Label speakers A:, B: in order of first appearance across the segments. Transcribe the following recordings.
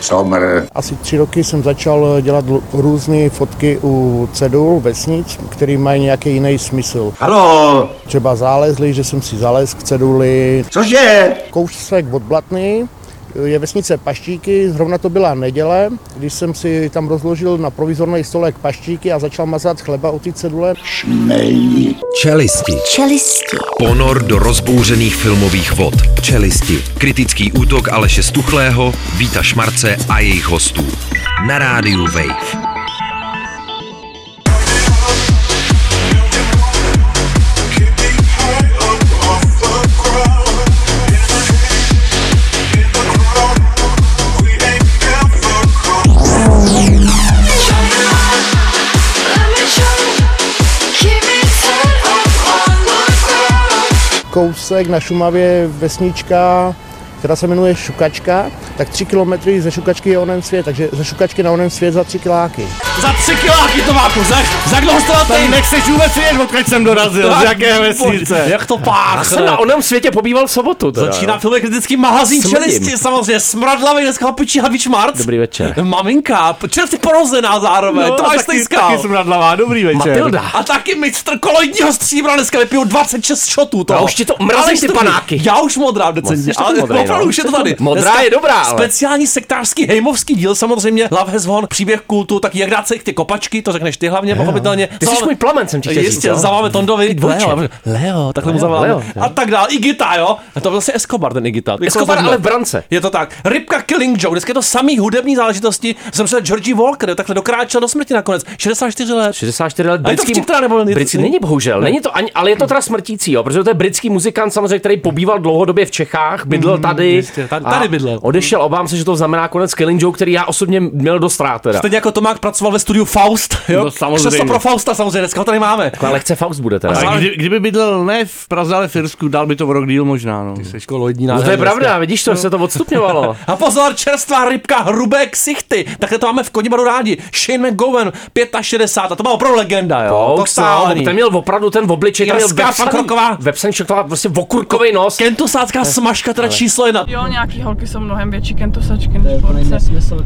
A: Somr,
B: Asi tři roky jsem začal eh, dělat různé fotky u cedul, vesnic, které mají nějaký jiný smysl.
A: Halo,
B: Třeba zálezli, že jsem si zalez k ceduli.
A: cože?
B: Kousek od Blatny eh, je vesnice Paštíky, zrovna to byla neděle, když jsem si tam rozložil na provizorný stolek Paštíky a začal mazat chleba u ty cedule.
A: Šmej.
C: Čelisti.
D: Čelisti.
E: Ponor do rozbouřených filmových vod.
C: Čelisti.
E: Kritický útok Aleše Stuchlého, Víta Šmarce a jejich hostů. Na rádiu Wave.
B: Kousek na Šumavě je vesnička, která se jmenuje Šukačka, tak tři kilometry ze Šukačky je onen svět, takže ze Šukačky na onen svět za tři kiláky.
F: Za tři kiláky to máku, za, za dlouho jste na
G: Tam nechceš vůbec vědět, odkud jsem dorazil, z jaké vesnice.
F: Jak to
G: Já
F: pách.
G: jsem na onom světě pobýval v sobotu. Teda,
F: Začíná
G: jo.
F: filmový kritický magazín
G: Smrdím.
F: Čelisti, samozřejmě. Smradlavý dneska pičí Havič Marc.
G: Dobrý večer.
F: Maminka, p- čerstvě porozená zároveň, no, to máš
G: taky,
F: stejskal.
G: taky jsem nadlavá, dobrý večer.
F: Matilda. A taky mistr koloidního stříbra dneska vypiju 26 shotů. To.
G: No, už ti to- mrazíš
F: Ale
G: ty
F: to-
G: panáky.
F: Já už modrám
G: Moc
F: decentně,
G: jsi taky
F: ale
G: modrej, no.
F: opravdu už je to tady.
G: Modrá je dobrá, ale.
F: Speciální sektářský hejmovský díl samozřejmě, Love has won, příběh kultu, tak jak dát se ty kopačky, to řekneš ty hlavně, pochopitelně.
G: Ty jsi
F: Zaváme-
G: můj plamen, jsem ti chtěl říct,
F: Jistě,
G: jo.
F: zavoláme Tondovi,
G: dvojče.
F: Leo, Leo, takhle mu
G: Leo,
F: zavoláme.
G: Leo,
F: A tak dál, Igita, jo. A to byl vlastně Escobar, ten Igita. Jako
G: Escobar, ale v brance.
F: Je to tak. Rybka Killing Joe, dneska je to samý hudební záležitosti. Jsem se Georgie Walker, takhle dokráčel do smrti nakonec. 64 let.
G: 64 let
F: A je to
G: britský,
F: vtip teda, nebo není-
G: britský není bohužel, není to ani, ale je to teda smrtící, jo, protože to je britský muzikant samozřejmě, který pobýval dlouhodobě v Čechách, bydlel tady,
F: Mm, jistě, tady- tady
G: a
F: bydlel.
G: odešel, obávám se, že to znamená konec Killing Joe, který já osobně měl dost rád teda.
F: Stejně jako Tomák pracoval ve studiu Faust, jo?
G: No, samozřejmě.
F: Přesto pro Fausta samozřejmě, dneska ho tady máme.
G: Taková lehce Faust bude teda.
F: A
G: no.
F: Ale-
H: Ale kdy, kdyby bydlel ne v Praze, ale v Irsku, dal by to v rok díl možná, no.
F: Školoidní
G: No to je pravda, vidíš to, se to odstupňovalo.
F: A pozor, čerstvá rybka, hrubé ksichty. Takhle to máme v Konibaru rádi. Shane McGowan, 65. A to byla opravdu legenda, jo.
G: Folks, no,
F: Totální.
G: ten měl opravdu ten obličej, tam měl
F: Jirská pakroková.
G: vepsaný šokolá, prostě okurkovej nos. Eh,
F: Kentusácká smažka, teda číslo jedna.
I: Jo, nějaký holky jsou mnohem větší kentusačky než borce.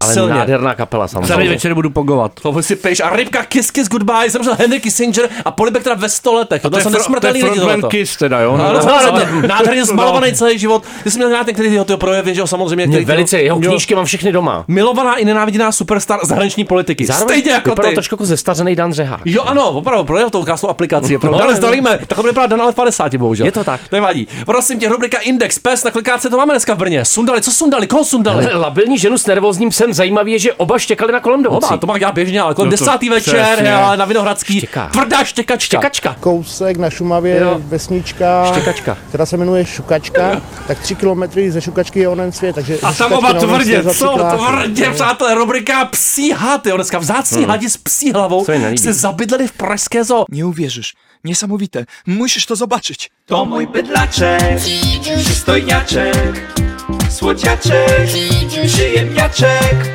G: Ale
F: silně.
G: nádherná kapela
H: Tady
G: samozřejmě.
H: večer budu pogovat.
F: To si peš. A rybka Kiss Kiss Goodbye, jsem řekl Henry Kissinger a Polibek teda ve 100 letech. To, to jsou
H: fro-
F: nesmrtelný
H: to je
F: lidi
H: frontman
F: tohleto.
H: Kiss teda, jo.
F: No,
H: No,
F: no,
H: no.
F: no, no, nádherně zmalovaný celý život. Ty jsi měl rád ten, který jeho tyho projevy, že jo, samozřejmě.
G: Mě
F: který ty-
G: Velice, jeho
F: Jo.
G: knížky mám všechny doma.
F: Milovaná i nenáviděná superstar zahraniční politiky.
G: Zároveň
F: Stejně jako
G: vypadal
F: ty.
G: trošku jako zestařený Dan Řehák.
F: Jo, ano, opravdu, projel to krásnou aplikaci. Opravdu. No, ale zdravíme, tak to vypadá Dan ale v 50, bohužel.
G: Je to tak.
F: Nevadí. Prosím tě, rubrika Index, pes na klikáce, to máme dneska v Brně. Sundali, co sundali, koho sundali?
G: Ale labilní ženu s nervózním psem zajímavý je, že oba štěkali na kolem domocí.
F: Oba, to mám já běžně, ale kolem
H: No to-
F: desátý večer,
H: přesně.
F: hele, na Vinohradský,
G: Štěká.
F: tvrdá štěkačka.
G: Čekačka.
B: Kousek na Šumavě
G: Jo.
B: je vesnička,
G: Štěkačka.
B: která se jmenuje Šukačka, tak tři kilometry ze Šukačky je onen svět, takže...
H: A tam oba tvrdě, co?
F: Tvrdě, přátelé, rubrika Psí had, jo, dneska vzácní hmm. hadi s psí hlavou
G: Se mi nelíbí.
F: se zabydleli v pražské zoo.
J: Nie uwierzysz. Niesamowite. Musisz to zobaczyć.
K: To mój bydlaczek, przystojniaczek, słodziaczek, przyjemniaczek.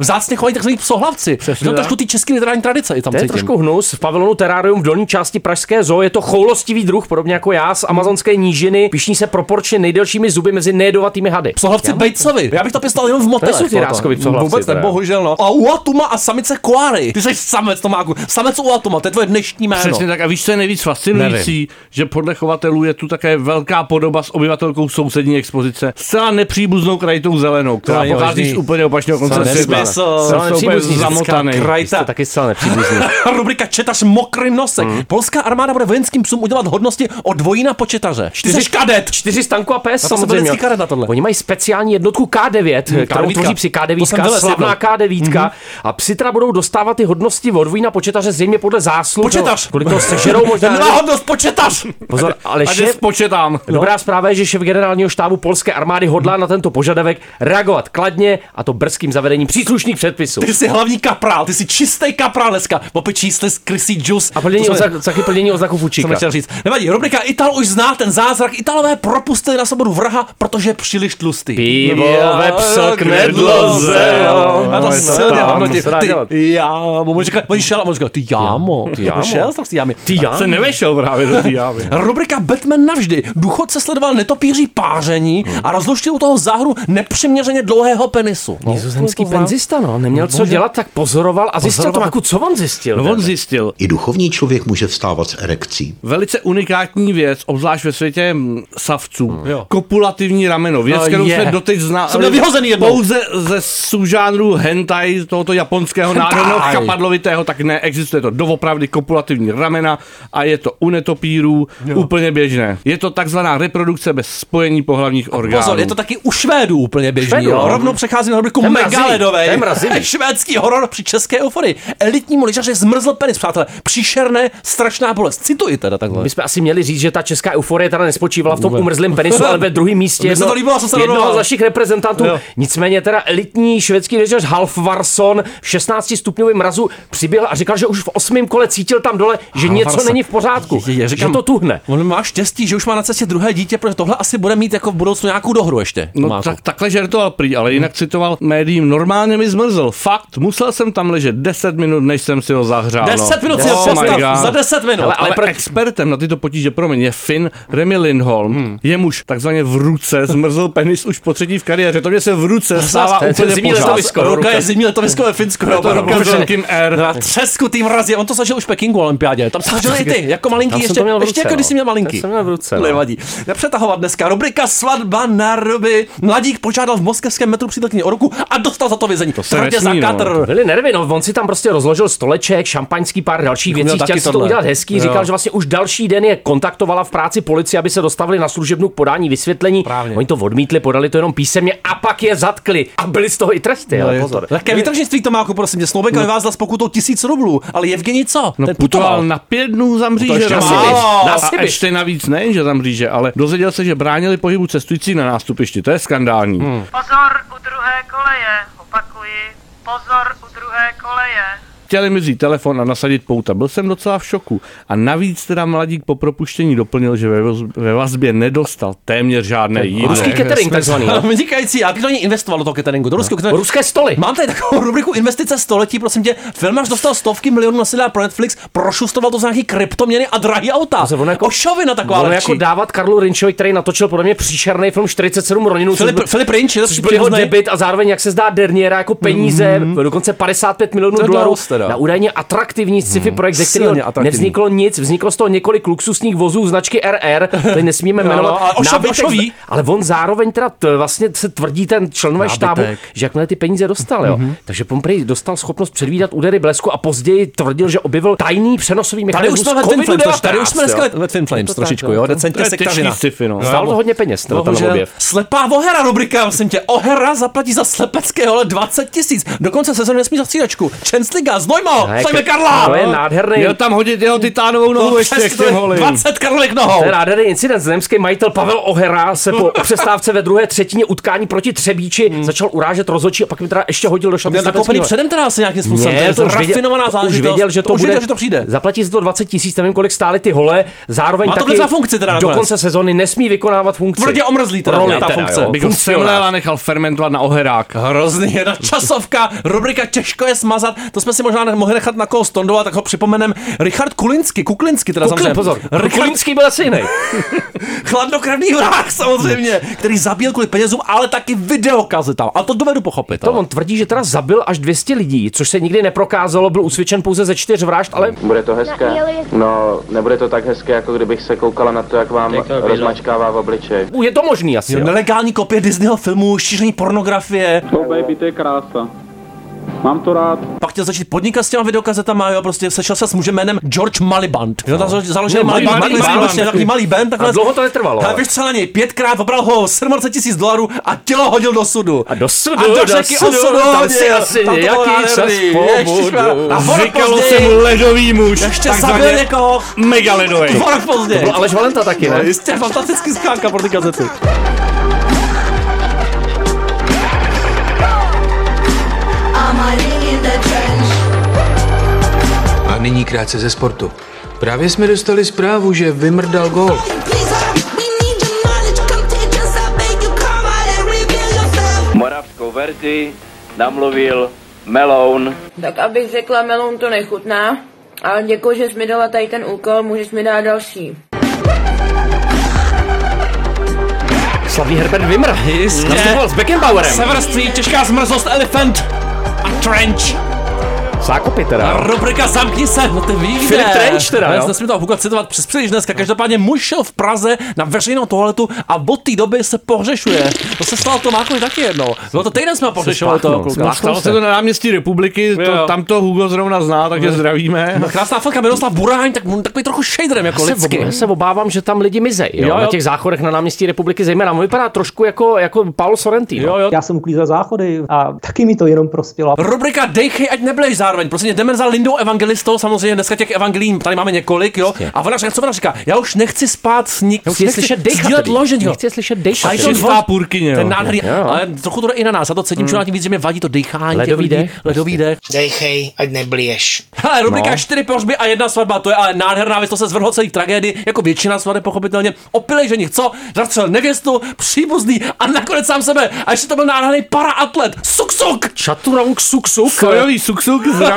F: Vzácně chovaní tzv. psohlavci. Přesně, trošku ty český literární tradice je tam
G: To je
F: cítím.
G: trošku hnus. V pavilonu Terrarium v dolní části Pražské zoo je to choulostivý druh, podobně jako já, z amazonské nížiny. Pišní se proporčně nejdelšími zuby mezi nejedovatými hady.
F: Psohlavci Bejcovi. Já bych to pěstoval jenom v motelech.
G: Nejsou ty
F: tohle.
G: ráskovi psohlavci,
F: Vůbec ne,
G: teda.
F: bohužel no. A Uatuma a samice Koary. Ty jsi samec, Tomáku. Samec Uatuma, to je tvoje dnešní jméno.
H: Přesně tak. A víš, co je nejvíc fascinující, že podle chovatelů je tu také velká podoba s obyvatelkou sousední expozice. Zcela nepříbuznou krajitou zelenou, která
F: Zcela
H: pochází z
F: božný.
H: úplně opačného konce
F: Zcela
H: světa.
F: nesmysl.
H: Jsem
F: Zcela
H: se úplně
G: nepříbuzný,
H: zamotaný.
F: zcela kraj-
G: Jste taky zcela nepříbuzný.
F: Rubrika Četař mokrý nosek. Polská armáda bude vojenským psům udělat hodnosti o dvojina po četaře. Ty jsi kadet.
G: Čtyři stanku a pes,
F: Na to jsem
G: samozřejmě.
F: vždycky karet na tohle.
G: Oni mají speciální jednotku K9, kterou
F: K9.
G: tvoří psi
F: To jsem
G: K9,
F: vylezl Mhm.
G: slavná K9. A psi teda budou dostávat ty hodnosti od dvojina početaře zřejmě podle zásluh.
F: Početař.
G: Kolik to sežerou možná.
F: Nemá hodnost početař.
G: Pozor, ale
H: A jde
G: šéf,
H: spočetám.
G: Dobrá zpráva je, že šef generálního štábu polské armády hodlá na tento požadavek reagovat kladně a to brzkým zavedením příslušných předpisů.
F: Ty jsi hlavní kaprál, ty jsi čistý kaprál dneska. Popečí jste z krysí džus.
G: A plnění
F: To jsme-
G: oznaku, taky plnění oznaku
F: jsem
G: Fučíka.
F: nechtěl říct. Nevadí, rubrika Ital už zná ten zázrak. Italové propustili na svobodu vraha, protože je příliš tlustý.
G: Pivo vepsl k nedloze, jo.
F: A ta
G: No,
F: silně,
G: tam
F: ano,
G: se
F: ty,
G: dá dělat.
F: ty jámo. On říkal, on šel a on říkal, ty jámo. Ty jako
G: jámo.
F: Šel jsem z té jámy.
G: Ty já?
H: Se nevešel právě do té jávy.
F: Rubrika Batman navždy. Důchodce sledoval netopíří páření a rozluštil u toho záhru nepřiměřeně dlouhého penisu. No,
G: Nizozemský
F: to je to za-
G: penzista, no, neměl co dělat, tak pozoroval a zjistil to, Maku, co on zjistil.
H: No
G: teda?
H: on zjistil
A: I duchovní člověk může vstávat s erekcí.
H: velice unikátní věc, obzvlášť ve světě mm, savců.
F: Hmm. Jo.
H: Kopulativní rameno. Věc,
F: No
H: kterou
F: je.
H: jsme doteď znali.
F: Jsem byl vyhozený jednou.
H: Pouze ze subžánru hentai, tohoto japonského nádherného chapadlovitého, tak neexistuje to. Doopravdy kopulativní ramena a je to u netopírů úplně běžné. Je to takzvaná reprodukce bez spojení pohlavních orgánů.
F: Pozor, je to taky u Švédů úplně běžný.
G: Švédů,
F: jo.
G: no.
F: Rovnou přechází na rubriku
G: Ten mrazivý,
F: Megaledové.
G: ten mrazivý.
F: Švédský horor při české euforii. Elitnímu lyžaři zmrzl penis, přátelé. Příšerné, strašná bolest. Cituji teda takhle.
G: My jsme asi měli říct, že ta česká euforie teda nespočívala v tom umrzlém penisu, ale ve druhém místě
F: Mně se to líbilo, já jsem se radoval.
G: jednoho z našich reprezentantů. Nicméně teda elitní švédský lyžař Halfvarsson v 16 stupňovém mrazu přiběhl a říkal, že už v osmém kole cítil tam dole, že něco není v pořádku,
F: Je, je, je, říkám-
G: že to tuhne.
F: On má štěstí, že už má na cestě druhé dítě, protože tohle asi bude mít jako v budoucnu nějakou dohru ještě.
H: No,
F: Tomáku.
H: tak, takhle žertoval prý, ale jinak citoval médiím, normálně mi zmrzl. Fakt, musel jsem tam ležet 10 minut, než jsem si ho zahřál. no.
F: 10 minut si ho
H: my
F: postav,
H: God.
F: za 10 minut.
H: Ale, ale,
F: Ale
H: ale
F: proč-
H: expertem na tyto potíže, promiň, je Finn Remy Lindholm. Hmm. Jemuž takzvaně v ruce zmrzl penis už po třetí v kariéře. To mě se v ruce stává
G: ten
H: úplně
G: zimní
H: pořád.
G: letovisko.
F: Ruka
G: ruka.
F: je zimní letovisko ve Finsku. jo,
H: To
F: no,
H: ruka s
F: protože-
H: velkým R.
F: Na třesku tým razie, on to zažil už v Pekingu olympiádě. Tam jsem zažil i ty, jako malinký,
G: Tam jsem
F: ještě,
G: to měl v
F: ještě
G: ruce,
F: jako když
G: no.
F: jsi měl malinký.
G: Já jsem měl v ruce, no.
F: Nevadí. Nepřetahovat dneska. Rubrika Svatba na ruby. Mladík požádal v moskevském metru přítelkyni o ruku a dostal za to vězení. To
H: se
F: za
H: nesmí, no.
F: katr.
G: Byly nervy, no on si tam prostě rozložil stoleček, šampaňský pár dalších
F: Měl
G: věcí,
F: taky
G: chtěl si to
F: tohle.
G: udělat hezký,
F: Jo.
G: říkal, že vlastně už další den je kontaktovala v práci policie, aby se dostavili na služebnu k podání vysvětlení.
F: Právně.
G: Oni to odmítli, podali to jenom písemně a pak je zatkli a byli z toho i tresty. ale pozor.
F: No, Také výtržnictví to má, prosím tě. Slovenka vyvázla s pokutou tisíc rublů, ale Evgeni co?
H: No,
F: Ten
H: putoval na pět dnů za mříže.
G: ještě
H: na
G: málo.
H: Sibiř.
G: Na
H: a
G: Sibiř.
H: ještě navíc nejen, že za mříže, ale dozvěděl se, že bránili pohybu cestující na nástupišti. To je skandální. Hmm.
C: Pozor u druhé koleje, opakuji. Pozor u druhé koleje.
H: Chtěli mi vzít telefon a nasadit pouta. Byl jsem docela v šoku. A navíc teda mladík po propuštění doplnil, že ve, voz- ve vazbě nedostal téměř žádné jídlo.
G: Ruský catering takzvaný. no.
F: Vynikající, já bych do ní investoval do toho cateringu, do ruského cateringu.
G: Ruské stoly.
F: Mám tady takovou rubriku Investice století, prosím tě. Filmař dostal stovky milionů na seriál pro Netflix, prošustoval to za nějaký kryptoměny a drahý auta.
G: se on jako-
F: Ošovina taková
G: Ono
F: lepší.
G: jako dávat Karlu Rinčovi, který natočil podle mě příšerný film 47 Roninů, což
F: Filip,
G: byl-
F: Filip Rinč, je
G: což
F: lepší
G: byl jeho
F: příbuznej.
G: debit a zároveň, jak se zdá, Derniera jako peníze, mm dokonce 55 milionů
F: Mhm. je
G: dolarů
F: dost teda. Mhm.
G: na údajně atraktivní sci-fi projekt, ze
F: Silně
G: kterého
F: atraktivní.
G: nevzniklo nic, vzniklo z toho několik luxusních vozů značky RR, tady nesmíme
F: Jo,
G: jmenovat.
F: ale ošov-
G: Nábytek-
F: ošoví.
G: ale on zároveň teda t, vlastně se tvrdí ten členové štábu, že jakmile ty peníze dostal, jo.
F: Mhm.
G: Takže Pomprej dostal schopnost předvídat údery blesku a později tvrdil, že objevil tajný přenosový
F: Tady už
G: mechanismus
F: jsme ve Twin
G: COVID-19,
F: Flames, tady už jsme
G: jo.
F: dneska ve Twin Flames
G: tak,
F: trošičku,
G: no,
F: jo,
G: to-
F: decentně
H: To je těžký
F: sektařina.
H: sci-fi, no.
G: Stálo to hodně peněz, ten, ten
F: Bohužel.
G: objev.
F: Slepá vohera rubrika, prosím tě. Ohera zaplatí za slepeckého ale 20 tisíc. Do konce sezóny nesmí za střídačku. Čensliga, znojmo,
G: Ne,
F: Simon
G: k-
F: Karla.
G: To je nádherný.
H: Měl tam hodit jeho titánovou nohu
F: No,
H: ještě
F: přesně,
H: k
F: to je
H: těm holím.
F: 20 Karolek nohou.
G: To je nádherný incident. Zemský majitel Pavel Ohera se po přestávce ve druhé třetině utkání proti Třebíči začal urážet rozhodčí a pak mi teda ještě hodil do šaty.
F: Hmm. Měl nakoupený předem teda asi nějakým způsobem.
G: Ne,
F: to je rafinovaná
G: to už
F: záležitost.
G: věděl, že to,
F: už
G: bude,
F: věděl, že to přijde.
G: Zaplatí si to 20 tisíc, nevím, kolik stály ty hole. Zároveň
F: Má to
G: taky
F: docela funkci teda
G: do
F: nakonec.
G: konce sezóny nesmí vykonávat funkci.
F: Tvrdě omrzlý teda,
G: Roli
F: ta funkce.
G: jo.
H: Bych ho
G: Funkcionář.
H: semlel a nechal fermentovat na oherák.
F: Hrozný jedna časovka, rubrika těžko je smazat, to jsme si možná ne- mohli nechat na koho stondovat, tak ho připomenem. Richard Kulinsky, Kuklinsky teda
G: Kukli,
F: samozřejmě.
G: pozor,
F: Richard
G: Kulínský byl asi jiný.
F: chladnokrevný vrah samozřejmě, který zabíjel kvůli penězům, ale taky videokazetám. A to dovedu pochopit.
G: To
F: ale.
G: on tvrdí, že teda zabil až 200 lidí, což se nikdy neprokázalo, byl usvědčen pouze ze čtyř vražd, ale
C: Bude to hezké? No, nebude to tak hezké, jako kdybych se koukala na to, jak vám rozmačkává v obličeji.
G: je to možný asi.
F: Jo,
G: Jo.
F: nelegální kopie Disneyho filmu, šíření pornografie,
K: To No, baby, to je krása. Mám to rád.
F: pak chtěl začít podnikat s těma videokazetama, jo, prostě sešel se s mužem jménem George Maliband. Jo, tam založil malý
G: Ne, Maliband,
F: band, takový
G: Maliband.
F: vlastně takový malý band,
G: A
F: takhle.
G: dlouho to netrvalo.
F: Ale víš co na něj, pětkrát obral ho 47 tisíc dolarů a tělo hodil do sudu.
G: A do sudu,
F: a do
G: do
F: řeky
G: sudu,
F: osudu,
G: tam si
F: hodil.
G: asi
F: Tam to bylo
G: nějaký čas
F: nádherný.
G: pobudu.
F: Ježišmarja. A ono
H: Říkalo
F: později
H: se mu ledový muž.
F: Ještě
H: takzvaně
F: zabil někoho,
H: Mega ledový.
F: o rok později.
G: Byl Aleš Valenta taky, ne?
F: Jistě, fantastický skánka pro ty kazety.
C: I'm
D: Nyní krátce ze sportu. Právě jsme dostali zprávu, že vymrdal gol.
L: Moravskou verzi namluvil Meloun.
M: Tak abych řekla, melon to nechutná, ale děkuji, že jsi mi dala tady ten úkol, můžeš mi dát další.
G: Slavný Herbert Wimmer.
F: Jistě.
G: Nastupoval s Beckenbauerem.
F: Severství, těžká zmrzlost, elefant a trench.
G: Zákopy teda.
F: A rubrika Zamkni se, no ty víš.
G: Filip Trench teda, jo?
F: Nesmím toho Huga citovat přes příliš dneska. Každopádně muž šel v Praze na veřejnou toaletu a od té doby se pohřešuje. To se stalo to nákovi taky jednou. Bylo to týden jsme pohřešovali
H: spáchnul,
F: toho kluka.
H: spáchnul Stalo se to na náměstí republiky, to,
F: Jo.
H: tam to Hugo zrovna zná, takže zdravíme.
F: No, krásná fotka Miroslav Buráň, tak takový trochu shaderem jako
G: Já se,
F: lidsky.
G: ob- já se obávám, že tam lidi mizej, jo,
F: Jo, jo.
G: na těch záchodech na náměstí republiky zejména. On vypadá trošku jako, jako Paul Sorrentino. Jo,
N: Já jsem uklízel záchody a taky mi to jenom prospělo.
F: Rubrika Dejchej, ať neblej zároveň. Prostě jdeme za Lindou Evangelistou, samozřejmě dneska těch evangelií tady máme několik, jo. A ona říká, co ona říká? Já už nechci spát s nikým.
G: Nechci slyšet dejchat
F: Sdílet
G: tedy.
F: ložen, jo.
G: Nechci je slyšet dejchat
F: A je to
G: tedy.
F: dva
H: půrkyně,
F: Ten
H: jo.
F: nádherný,
G: Jo, jo.
F: ale trochu to jde i na nás. A to cedím čím dál tím víc, že mě vadí to dechání. těch
G: Ledový
F: lidí.
G: dech.
F: Ledový dech.
O: Dejchej, ať neblíješ.
F: Hele, rubrika
G: No.
F: no. čtyři pohřby a jedna svatba, to je ale nádherná věc, to se zvrhlo celý tragédii, jako většina svateb pochopitelně. Opilej ženich, co? Zastřel nevěstu, příbuzný a nakonec sám sebe. A ještě to byl nádherný paraatlet, suk suk!
G: Čaturong suk suk.
H: Sojový suksuk, zdravíme.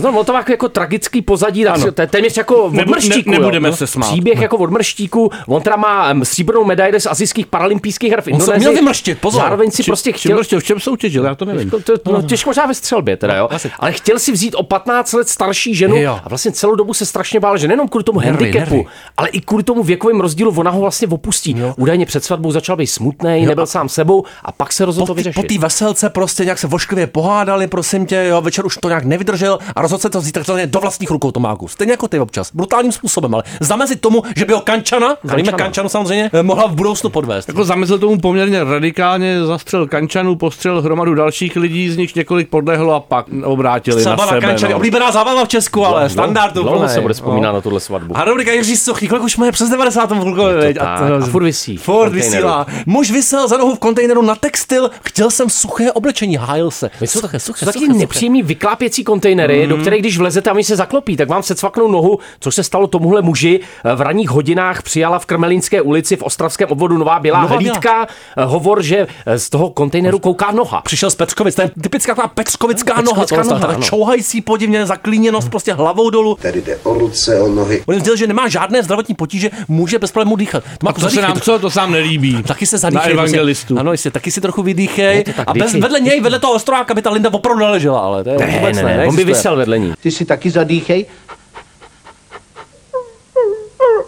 G: No, no, to má jako tragický pozadí, na, to je téměř jako
H: Nebu- ne-
G: odmrštíku.
H: nebudeme se smát.
G: Příběh jako odmrštíku, on teda má em, stříbrnou medaili z azijských paralympijských her v
F: On se
G: Indonésii.
F: měl vymrštit, pozor.
G: Zároveň si
F: Či-
G: prostě
F: čím
G: chtěl...
F: mrštil?
H: V čem soutěžil, já to nevím.
G: To, to, no, těžko možná ve střelbě teda, jo. Ale chtěl si vzít o 15 let starší ženu
F: Jo.
G: a vlastně celou dobu se strašně bál, že nejenom kvůli tomu
F: Nervy,
G: handicapu,
F: nervy.
G: ale i kvůli tomu věkovým rozdílu ona ho vlastně opustí. Údajně před svatbou začal být smutný, nebyl sám sebou a pak se rozhodl to
F: po
G: vyřešit.
F: té veselce prostě nějak se vošklivě pohádali, prosím tě, jo, večer už to nějak nevydržel a rozhodl se to zítra chtěl do vlastních rukou Tomáku. Stejně jako ty občas, brutálním způsobem, ale zamezit tomu, že by ho Kančana, víme Kančanu samozřejmě, eh, mohla v budoucnu podvést.
H: Jako zamezil tomu poměrně radikálně, zastřel Kančanů, postřel hromadu dalších lidí, z nich několik podlehlo a pak obrátili
F: Střelba
H: na
F: na
H: sebe. no.
F: Kančany, oblíbená zábava v Česku, ale standard
G: no. Dlouho
F: úplně,
G: se bude
F: no.
G: vzpomínat na tuhle svatbu.
F: A rubrika Jiří Sochý, kolik už máme přes 90. klukové, veď?
G: tak. A furt vysí.
F: Furt
G: V kontejneru.
F: vysílá. Muž vysel za nohu v kontejneru na textil, chtěl jsem suché oblečení, hájil se.
G: Jsou to,
F: Suché,
G: jsou
F: suché,
G: taky
F: suché, suché.
G: nepříjemný vyklápěcí kontejnery, do kterých když vlezete a oni se zaklopí, tak vám se cvaknou nohu, co se stalo tomuhle muži. Eh, V ranních hodinách přijala v Krmelínské ulici v Ostravském obvodu Nová Bělá
F: Nová
G: Nová hlídka. eh, Hovor, že eh, z toho kontejneru kouká noha.
F: Přišel z Peckovic, to je typická taková peckovická noha,
G: Peckovická
F: tohle
G: noha,
F: noha ta
G: ano. Hmm.
F: čouhající podivně, zaklíněnost prostě hlavou dolů. Tady jde o ruce, o nohy. On sdělil, že nemá žádné zdravotní potíže, může bez problémů dýchat. To má
H: A
F: jako
H: to se
F: zadýchej,
H: nám co, to sám nelíbí.
F: Taky se
H: Na
F: zadýchej.
H: evangelistů.
F: prostě. Ano, jistě, taky si trochu vydýchej.
H: to tak,
F: A bez,
H: dýchej.
F: vedle něj, vedle toho ostrováka by ta Linda opravdu neležela, ale to je
G: Ne,
F: vůbec
G: ne, ne, on by
F: neexistuje.
G: vysel vedle ní.
P: Ty si taky zadýchej.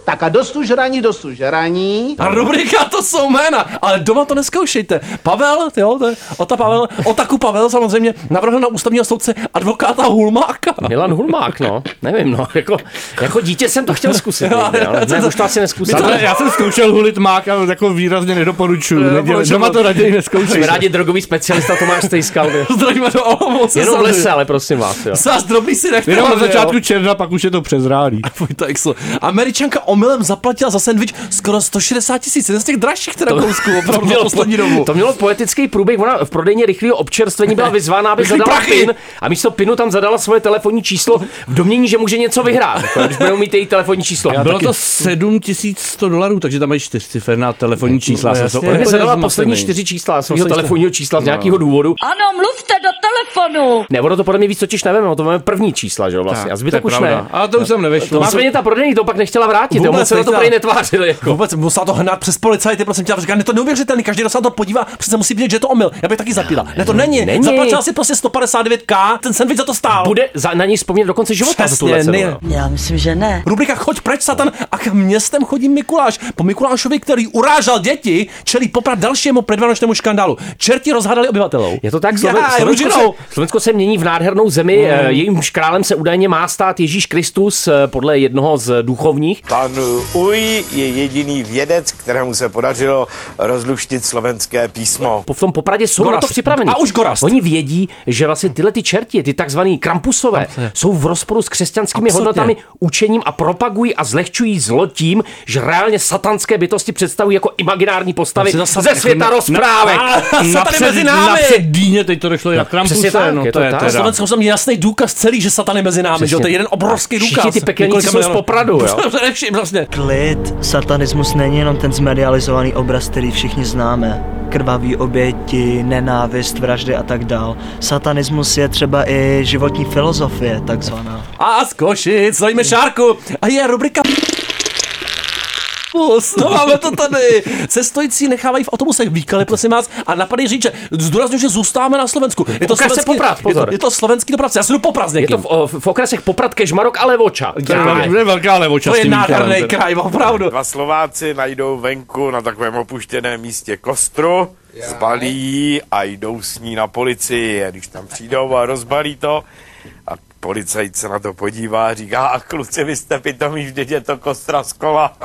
P: Tak a dost už hraní, dost už hraní.
F: A rubrika to jsou jména, ale doma to neskoušejte. Pavel, jo, to je Ota Pavel, Otaku Pavel samozřejmě navrhl na ústavního soudce advokáta Hulmáka.
G: Milan Hulmák, no, nevím, no, jako, jako dítě jsem to chtěl zkusit,
F: Jo,
G: někdy, ale
F: to-
G: ne,
F: to-
G: už to asi neskusím.
H: Takhle, já jsem zkoušel hulit mák a jako výrazně nedoporučuji. Nedělej, doma to raději neskoušej.
G: Jsme rádi drogový specialista Tomáš Stejskal.
F: Zdravíme do Olomouce.
G: Jenom v
F: samozřejmě.
G: lese, ale prosím vás, jo.
F: Zas drobný si nechte.
H: Jenom na
F: Pavel, jo.
H: začátku června, pak už je to přezrálý.
F: Vojta Exl. Američanka omylem zaplatila za sendvič skoro 160 tisíc, jeden z těch dražších teda kousku, opravdu za poslední dobu.
G: to mělo poetický průběh, ona v prodejně rychlého občerstvení byla vyzvána, aby
F: Rychlý
G: zadala
F: prachy!
G: pin a místo pinu tam zadala svoje telefonní číslo v domění, že může něco vyhrát, jako, když budou mít její telefonní číslo.
H: Bylo to 7100 dolarů, takže tam mají čtyřciferná telefonní čísla.
G: No,
H: se
G: jasně.
H: jsou-
G: Ona zadala
H: zmatený.
G: poslední čtyři čísla svého
H: Poslední
G: telefonního čísla z
H: No.
G: nějakého důvodu.
Q: Ano, mluvte do telefonu.
G: Ne, ono to podle mě víc totiž nevíme, ono to máme první čísla, že jo, vlastně.
H: Tak,
G: A zbytek
H: to je
G: už
H: pravda.
G: ne.
H: Ale to už jsem nevešel.
G: Nicméně ta prodejní to pak nechtěla vrátit, jo, moc se na to
F: No, nechtěla-
G: prej netvářil. Jako.
F: Vůbec musela to hnát přes policajty, prosím tě, já říkám, ne, to je neuvěřitelný, každý, kdo se na to podívá, přece musí vidět, že je to omyl. Já bych taky zapila. Ne, to není.
G: No, není.
F: Zaplatila si prostě 159k, ten sendvič za to stál.
G: Bude za, na ní vzpomínat do konce života za
F: No. Přesně,
G: tuhle cenu.
F: ne.
G: jo.
Q: Já myslím, že ne.
F: Rubrika Choď preč, Satan, a k městem chodí Mikuláš. Po Mikulášovi, který urážel děti, čelí poprat dalšímu předvánočnému škandálu. Čerti rozhádali obyvatelů.
G: Je to tak, Sloven...
F: Já,
G: Slovensko, se,
F: Ružinou.
G: Slovensko se mění v nádhernou zemi, mm. jejímž králem se údajně má stát Ježíš Kristus eh, podle eh, jednoho z duchovních.
R: Pan Uj je jediný vědec, kterému se podařilo rozluštit slovenské písmo.
G: Po v tom popradě jsou na
R: Gorast.
G: to připraveni.
R: A už Gorast.
G: Oni vědí, že vlastně tyhle ty čerti, ty takzvaný krampusové, jsou v rozporu s křesťanskými
F: Absolutně.
G: hodnotami, učením a propagují a zlehčují zlo tím, že reálně satanské bytosti představují jako imaginární postavy
F: Tam si zase- jako
G: ze světa
F: na-
G: rozprávek.
F: A- jsou tady mezi námi.
H: Napřed dýně, teď to došlo i na Krampuse.
G: přesně tak,
H: no,
G: je
H: to
G: to
H: je
G: tak.
F: Na
H: teda.
F: Slovensku jsem jasný důkaz celý, že satan je mezi námi, že jo? To je jeden obrovský
S: Všichni
F: důkaz.
S: ty pekelníci
F: Několika
S: jsou z
F: milionů.
S: Popradu, jo?
F: Především, vlastně.
S: Klid. Satanismus není jenom ten zmedializovaný obraz, který všichni známe. Krvavý oběti, nenávist, vraždy a tak dál. Satanismus je třeba i životní filozofie, takzvaná.
F: A z Košic, zajme šárku. A je rubrika Pus, no máme to tady. Cestující nechávají v autobusech výkaly, prosím vás, a napadají řidiče. Zdůraznuju, že zůstáváme na Slovensku. Je
G: Ukaž se Poprad,
F: je
G: pozor.
F: to, je to slovenský dopravce, já se jdu poprat s
G: Je to
F: někým.
G: v, o- v okresech Poprad, Kežmarok a Levoča.
H: velká levoča
F: To je nádherný kraj, opravdu.
R: Dva Slováci najdou venku na takovém opuštěném místě kostru, spalí ji a jdou s ní na policii. A když tam přijdou a rozbalí to, a policajt se na to podívá a říká, a kluci, vy jste pitomí, vždyť je to kostra z kola.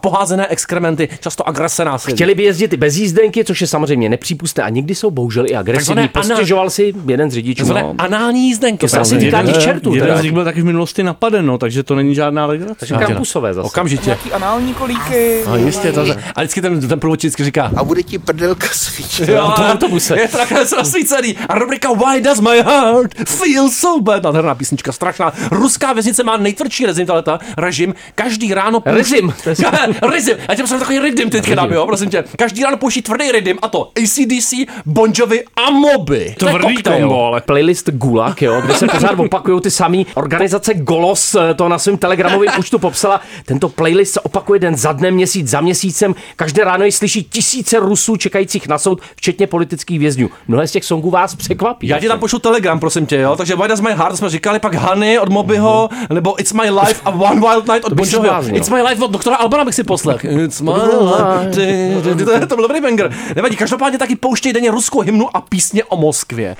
F: Poházené exkrementy, často agrese násilí.
G: Chtěli by jezdit i bez jízdenky, což je samozřejmě nepřípustné a někdy jsou bohužel i agresivní.
F: Takzvané ana-
G: Postěžoval si jeden z řidičů.
F: Takzvané
G: no.
F: anální jízdenky.
G: To se asi týká těch čertů.
H: Jeden
G: teda.
H: z nich byl taky v minulosti napaden, no, takže to není žádná legrace.
G: Takže kampusové zase.
F: Okamžitě. Nějaký
J: anální kolíky.
F: No jistě, to A vždycky ten, ten průvodčí vždycky říká. A bude ti prdelka svíčet. Jo,
J: Na
F: to
J: tom
F: autobuse. Je to nakonec rozsvícený. A rubrika Why does my heart feel so bad? Nádherná písnička, strašná. Ruská věznice má nejtvrdší rezim, tato, režim. Každý ráno... pouští-
G: Rezim.
F: rezim. A těm jsem takový rydim teďka dám, jo, prosím tě. Každý ráno pouští tvrdý rydim, a to ACDC, Bon Jovi a Moby. To je koktejl.
G: ale. Playlist Gulag, jo, kde se pořád opakují ty samé organizace Golos, eh, to na svém telegramovém účtu popsala. Tento playlist se opakuje den za dnem, měsíc za měsícem. Každé ráno ji slyší tisíce Rusů čekajících na soud, včetně politických vězňů. Mnohé z těch songů vás překvapí.
F: Já ti tam pošlu telegram, prosím tě, jo. Takže Why Does My Heart jsme říkali, pak Honey od Mobyho, nebo It's My Life a One Wild Night od
G: Mhm. To
F: Bon
G: bych
F: Jovi.
G: se zbláznil.
F: It's My Life od doktora Albana bych si poslech. It's My Life. Ty, ty, ty, to je- To byl dobrý banger. Nevadí, každopádně taky pouštěj denně ruskou hymnu a písně o Moskvě.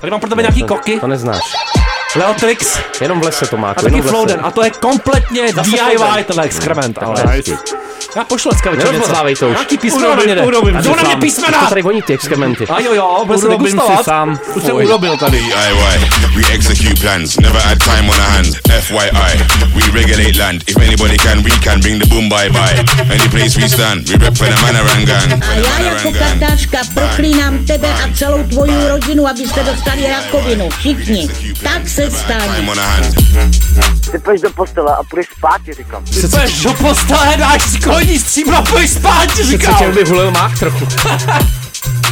F: Tady mám pro tebe nějaký koky.
G: To neznáš.
F: Leotrix.
G: Jenom v lese to má.
F: A taky Flowden. A to je kompletně DIY tenhle exkrement. Ale. Já pošlu dneska večer něco.
G: Nerozmazávej to už.
F: Nějaký písmena na mě jde. A jdou na mě písmena.
G: To tady voní ty exkrementy.
F: A jo, jo, bude se
G: Urobím si
F: degustovat.
G: sám.
F: Už jsem
G: Fuj.
F: urobil tady.
T: DIY, we execute plans, never had time on our hands. FYI, we regulate land. If anybody can, we can bring the boom bye bye. Any place we stand, we rep for the Manarangan.
U: A já jako kartářka proklínám tebe a celou tvoji rodinu, abyste dostali rakovinu. Všichni. Tak se stane.
T: Time on our hands.
V: Ty půjdeš do postele a půjdeš spát, ti říkám.
F: Ty půjdeš do postele, dáš si koní stříbro a půjdeš spát, ti říkal.
G: Přece tě by hulil mák trochu.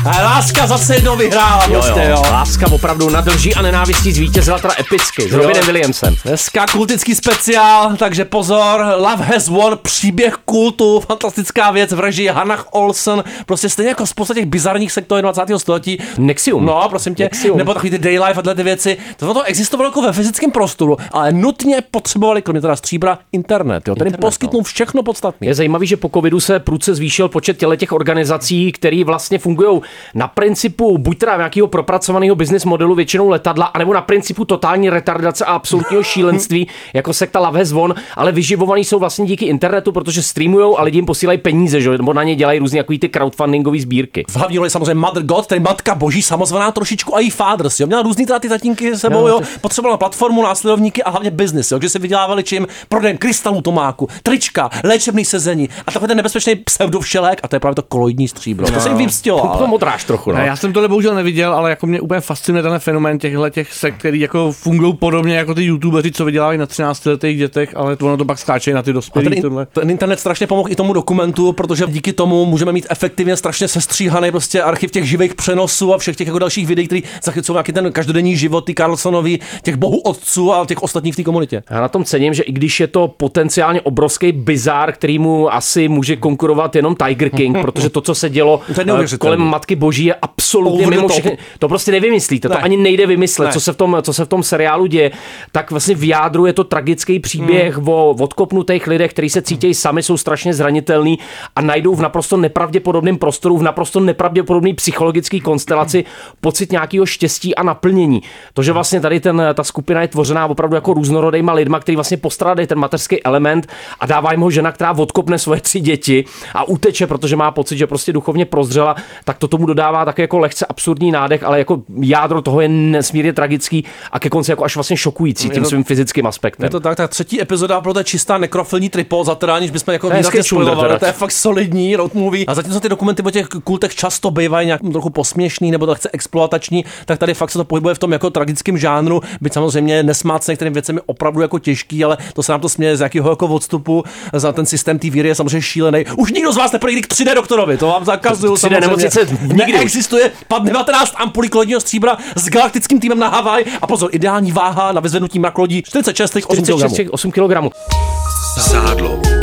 F: A láska zase jednou vyhrála,
G: Jo,
F: prostě,
G: jo.
F: jo.
G: Láska opravdu nadrží a nenávistí zvítězila teda epicky. S
F: Jo.
G: Robinem Williamsem.
F: Dneska kultický speciál, takže pozor, Love Has Won, příběh kultu, fantastická věc v režii Hannah Olsen, prostě stejně jako spousta těch bizarních sektorů 20. století.
G: Nexium.
F: No, prosím tě,
G: Nexium.
F: nebo takový ty daylife a tyhle ty věci. To to existovalo jako ve fyzickém prostoru, ale nutně potřebovali, kromě teda stříbra, internet, jo. Ten jim poskytnul všechno podstatné.
G: no. Je zajímavý, že po covidu se prudce zvýšil počet těle těch organizací, které vlastně fungují na principu buď teda nějakého propracovaného business modelu většinou letadla, anebo na principu totální retardace a absolutního šílenství, jako sekta Love Has Won, ale vyživovaný jsou vlastně díky internetu, protože streamují a lidi jim posílají peníze, že? jo, nebo na ně dělají různě jako ty crowdfundingové sbírky.
F: V hlavní roli samozřejmě Mother God, tedy matka boží samozvaná trošičku a její fathers. Jo? Měla různý teda ty tatínky s sebou, jo? potřebovala platformu, následovníky a hlavně business, jo? že se vydělávali čím prodejem krystalů tomáku, trička, léčebný sezení a takový ten nebezpečný pseudovšelek a to je právě to koloidní stříbro. To se jim vypstilo. ale-
G: no.
H: Ne, Já jsem tohle bohužel neviděl, ale jako mě úplně fascinuje ten fenomén těchto těch sekt, který jako fungují podobně jako ty youtubeři, co vydělávají na 13 letých dětech, ale to ono to pak skáče na
F: A
H: ty
F: ten,
H: dospělí.
F: in-
H: tohle.
F: ten, internet strašně pomohl i tomu dokumentu, protože díky tomu můžeme mít efektivně strašně sestříhaný prostě archiv těch živých přenosů a všech těch jako dalších videí, které zachycují nějaký ten každodenní život, ty Carlsonovi, těch bohu otců a těch ostatních v té komunitě.
G: Já na tom cením, že i když je to potenciálně obrovský bizár, kterýmu asi může konkurovat jenom Tiger King, protože to, co se dělo
F: To je neuvěřitelný.
G: eh, kolem matky matky boží je absolutně
F: Over the
G: mimo
F: top.
G: všechny. To prostě nevymyslíte, to
F: Ne.
G: ani nejde vymyslet,
F: Ne.
G: co se, v tom, co se v tom seriálu děje. Tak vlastně v jádru je to tragický příběh
F: Hmm.
G: o odkopnutých lidech, kteří se cítí sami, jsou strašně zranitelní a najdou v naprosto nepravděpodobném prostoru, v naprosto nepravděpodobné psychologické konstelaci pocit nějakého štěstí a naplnění. To, že vlastně tady ten, ta skupina je tvořená opravdu jako různorodejma lidma, který vlastně postrádají ten mateřský element a dává jim ho žena, která odkopne svoje tři děti a uteče, protože má pocit, že prostě duchovně prozřela, tak to tomu dodává také jako lehce absurdní nádech, ale jako jádro toho je nesmírně tragický a ke konci jako až vlastně šokující
F: Je
G: tím
F: to-
G: svým fyzickým aspektem.
F: Je to tak, ta třetí epizoda byla ta čistá nekrofilní tripóza, teda aniž bychom jako
G: To je
F: výrazně
G: hezký čundr
F: spojovali,
G: teda.
F: to je fakt solidní road movie. A zatímco ty dokumenty o těch kultech často bývají nějak trochu posměšný nebo lehce exploatační, tak tady fakt se to pohybuje v tom jako tragickém žánru, byť samozřejmě nesmát se některým věcem je opravdu jako těžký, ale to se nám to směje z jakého jako odstupu za ten systém té víry je samozřejmě šílený. Už nikdo z vás neprojde nikdy k 3D doktorovi, to vám zakazuju.
G: 3D nemocnice nikdy už.
F: Neexistuje pad 19 ampulí kolodního stříbra s galaktickým týmem na Havaj a pozor, ideální váha na vyzvednutí mrakolodí 46 těch 8
G: 46
F: kilogramů.
G: těch 8 kg.
F: Sádlo.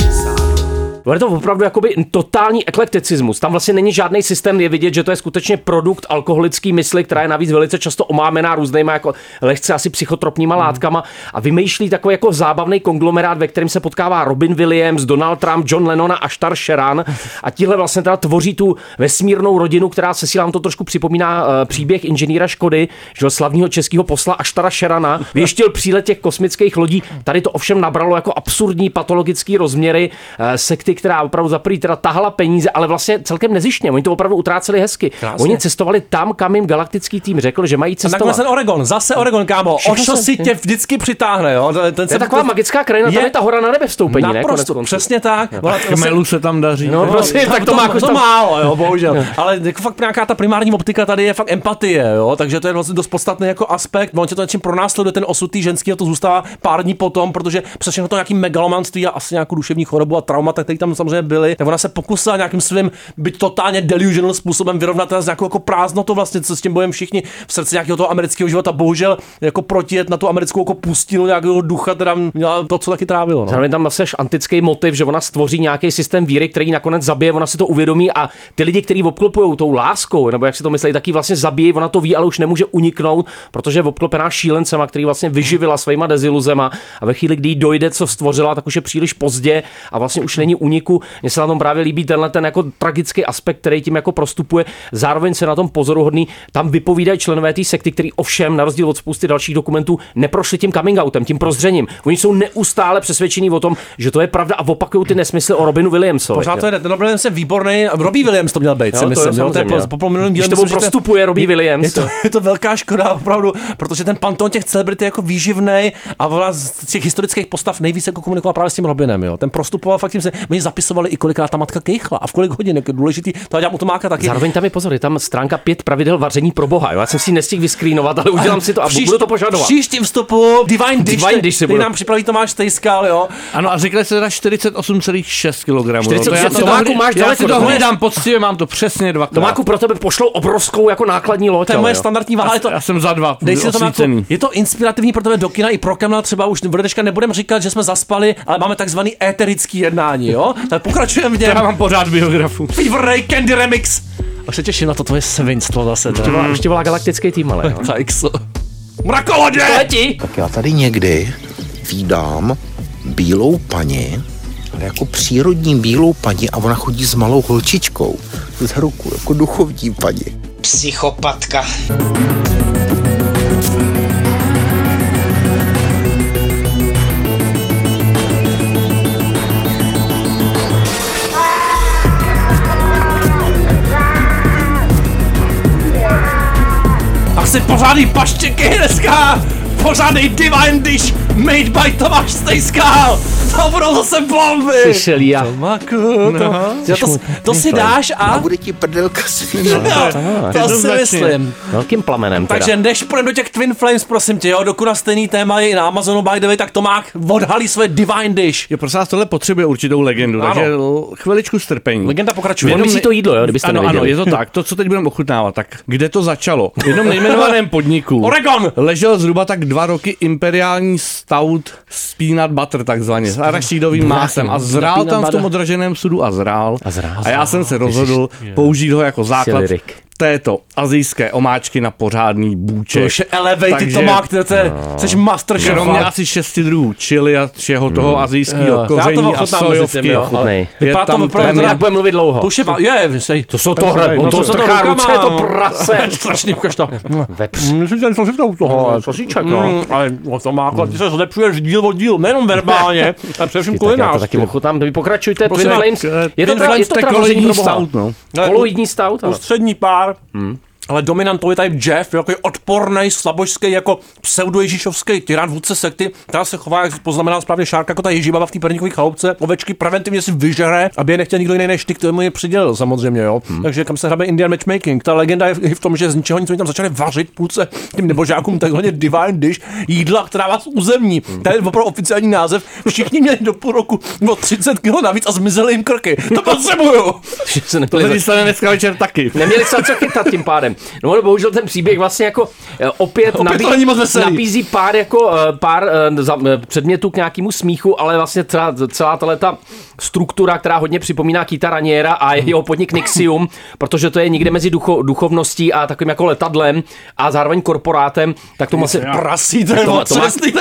G: Bude to opravdu jakoby totální eklekticismus. Tam vlastně není žádný systém, je vidět, že to je skutečně produkt alkoholický mysli, která je navíc velice často omámená různýma jako lehce asi psychotropníma látkama a vymýšlí takový jako zábavný konglomerát, ve kterém se potkává Robin Williams, Donald Trump, John Lennon a Ashtar Sheran a tihle vlastně teda tvoří tu vesmírnou rodinu, která se sílám to trošku připomíná eh, příběh inženýra Škody, že jo, slavního českého posla Aštara Šerana, věštil přílet těch kosmických lodí. Tady to ovšem nabralo jako absurdní patologické rozměry eh, sekty, která opravdu za prvý teda tahala peníze, ale vlastně celkem nezištně. Oni to opravdu utráceli hezky.
F: Krásně.
G: Krásně. Oni cestovali tam, kam jim galaktický tým řekl, že mají
F: A nakonec
G: cestovat.
F: ten Oregon, zase Oregon, kámo. O
G: Všechno
F: co
G: se-
F: si tě vždycky přitáhne, jo? Ten
G: To je taková magická krajina, tam je ta hora na nebe vstoupení, ne? Konec
F: Naprosto,
G: konců.
F: přesně tak.
G: Jo.
F: Ona-
H: Chmelu se tam daří.
G: No, prostě, tak to má jako
F: to
G: tam-
F: málo, jo, bohužel.
G: Jo.
F: Ale jako fakt nějaká ta primární optika tady je fakt empatie, jo, takže to je vlastně dost podstatný jako aspekt. On tě to něčím pronásleduje, ten osud té ženský, a to zůstává pár dní potom, protože přesně na to nějaký megalomanství a asi nějakou duševní chorobu a traumata, které tam samozřejmě byly, tak ona se pokusila nějakým svým byť totálně delusional způsobem vyrovnat s nějakou jako prázdnotou vlastně, co s tím bojem všichni v srdci nějakého toho amerického života. Bohužel jako protijet na tu americkou jako pustinu nějakého ducha, teda měla to, co taky trávilo. No.
G: Zároveň tam vlastně až antický motiv, že ona stvoří nějaký systém víry, který ji nakonec zabije, ona si to uvědomí a ty lidi, kteří obklopují tou láskou, nebo jak si to myslí, taky vlastně zabije, ona to ví, ale už nemůže uniknout, protože je obklopená šílencema, který vlastně vyživila svýma deziluzema a ve chvíli, kdy jí dojde, co stvořila, tak už je příliš pozdě a vlastně už není uniku. Mně se na tom právě líbí tenhle ten jako tragický aspekt, který tím jako prostupuje. Zároveň se na tom pozoruhodný, tam vypovídají členové té sekty, který ovšem na rozdíl od spousty dalších dokumentů neprošli tím coming outem, tím prozřením. Oni jsou neustále přesvědčení o tom, že to je pravda a opakují ty nesmysly o Robinu Williamsovi.
F: Pořád to jde. Ten Robin Williams je výborný. Robbie Williams to měl být,
G: Jo,
F: si
G: to
F: myslím.
G: jo,
F: jo, to je
G: samozřejmě.
F: po, po, po minulém
G: Když
F: díle.
G: tomu
F: myslím, že to-
G: prostupuje Robbie
F: je-
G: Williams.
F: Je to, je to velká škoda, opravdu, protože ten panton těch celebrit je jako výživný a ona z těch historických postav nejvíce jako komunikovala právě s tím Robinem. Jo. Ten prostupoval fakt tím, se oni zapisovali i kolikrát ta matka kejchla a v kolik hodin. Jak je důležitý, to dělám u Tomáka taky.
G: Zároveň tam je pozor, je tam stránka pět pravidel vaření pro Boha. Jo? Já jsem si ji nestihl vyskrýnovat, ale udělám si to a
F: Příští-
G: budu to požadovat.
F: Příštím vstupu Divine Dish,
G: Divine Dish si
F: který
G: budu-
F: nám připraví Tomáš Tejskal, jo.
H: Ano, a řekli jste teda 48,6 kg.
G: 48, Tomáku, máš
H: já
G: daleko
H: no, si to
G: doma.
H: hledám poctivě, mám to přesně dva.
G: Tomáku, pro tebe pošlou obrovskou jako nákladní loď.
F: To je
G: ale
F: moje
G: jo.
F: standardní váha, ale to,
H: Já jsem za dva.
F: Dej si to na
H: osvícený.
F: Je to inspirativní pro tebe do kina i pro kanál, třeba už do dneška nebudeme říkat, že jsme zaspali, ale máme takzvaný éterický jednání, jo? Tak pokračujeme v něm.
H: Já mám pořád biografu.
F: Fever Ray Candy Remix. A se těším na to tvoje svinstvo zase.
G: Ještě volá- No, Ještě volá galaktický tým, ale. jo.
F: Mrakolodě!
G: Letí!
A: Tak já tady někdy vídám bílou paní, ale jako přírodní bílou paní a ona chodí s malou holčičkou z ruku, jako duchovní paní.
O: Psychopatka.
F: A si pořádný paštěky dneska! Pořádný Divine Dish made by Tomáš Stejskal! To budou zase bomby!
G: Slyšel já.
F: Tomáku,
H: No.
F: to, to, to, to si dáš a...
A: Bude ti prdelka svít.
F: Jo, to si
G: Jednoznačně.
F: myslím.
G: Velkým plamenem teda.
F: Takže než půjdeme do těch Twin Flames, prosím tě, jo, dokud na stejný téma je i na Amazonu, by the way, tak Tomák odhalí své Divine Dish.
H: Jo, prosím vás, tohle potřebuje určitou legendu,
F: Ano.
H: ano. takže l- chviličku strpení.
F: Legenda pokračuje.
H: V jednom
F: On myslí
H: nej-
F: to jídlo, jo, kdybyste
H: ano, ano,
F: nevěděli.
H: je to tak. To, co teď budeme ochutnávat, tak kde to začalo? V jednom nejmenovaném podniku
F: Oregon!
H: ležel zhruba tak dva roky imperiální stout s peanut butter takzvaně, s arašidovým másem a zrál
G: peanut
H: tam v tom
G: butter.
H: odraženém sudu a zrál.
G: A zrál,
H: A já
G: zrál.
H: jsem se rozhodl použít ho jako základ
G: Silly Rick.
H: této azijské omáčky na pořádný bůček.
F: To je elevej, ty Tomák, ty- ty- seš master šef,
H: Kromě
F: ale-
H: asi šesti druhů čili a všeho toho
F: Hmm. Jo.
H: azijského
F: Já to
H: koření a
F: ochutnám mezi tím,
H: sojovky.
F: jo, ale Vypadá to opravdu, teda- To už je, va- je, sej, to jsou to hre,
H: No,
F: to
H: to
F: jsou to
H: trhá
F: rukama,
H: ruce, je to
F: no.
H: prase.
F: Strašný ukaž to. Vepř. Co si to u toho, ale co si čak,
G: Mm,
F: no. Ale to má, jako- ty se zlepšuješ díl od dílu, nejenom verbálně, ale především
G: Ty, tak já to
F: kulinářsky.
G: taky ochutám, vy pokračujte,
F: Prosím
G: Twin
F: vás, eh,
G: Flames. Je to
F: Twin
G: teda, je
F: Flames,
G: to
F: to je
G: teda
F: koloidní
G: koloidní stout,
F: stout,
G: no.
F: Ale
G: Koloidní stout, ano.
F: Ústřední pár, ale dominantou je tady Jeff, jako je odporný, slabožský, jako pseudoježíšovský tyran, vůdce sekty, která se chová, jak poznamená správně Šárka, jako ta ježíbaba v té perníkové chaloupce. Ovečky preventivně si vyžere, aby je nechtěl nikdo jiný než ty, kdo mu je přidělil, samozřejmě, jo. Takže kam se hrabe Indian matchmaking. Ta legenda je v- i v tom, že z ničeho nic oni tam začali vařit půlce těm nebožákům takzvaně divine dish, jídla, která vás uzemní. To je opravdu oficiální název. Všichni měli do půl roku o 30 kg navíc a zmizely jim krky. To potřebuju.
H: To se stane dneska večer taky.
G: Neměli se co chytat tím pádem. No ale bohužel ten příběh vlastně jako eh, opět,
H: Opět to není moc veselý.
G: nabízí pár, jako, eh, pár eh, za- eh, předmětů k nějakému smíchu, ale vlastně celá, celá tahle ta struktura, která hodně připomíná Kytaraniera a jeho podnik Nixium, protože to je někde mezi ducho, duchovností a takovým jako letadlem a zároveň korporátem, tak to vlastně
F: prasí, to je ocesný,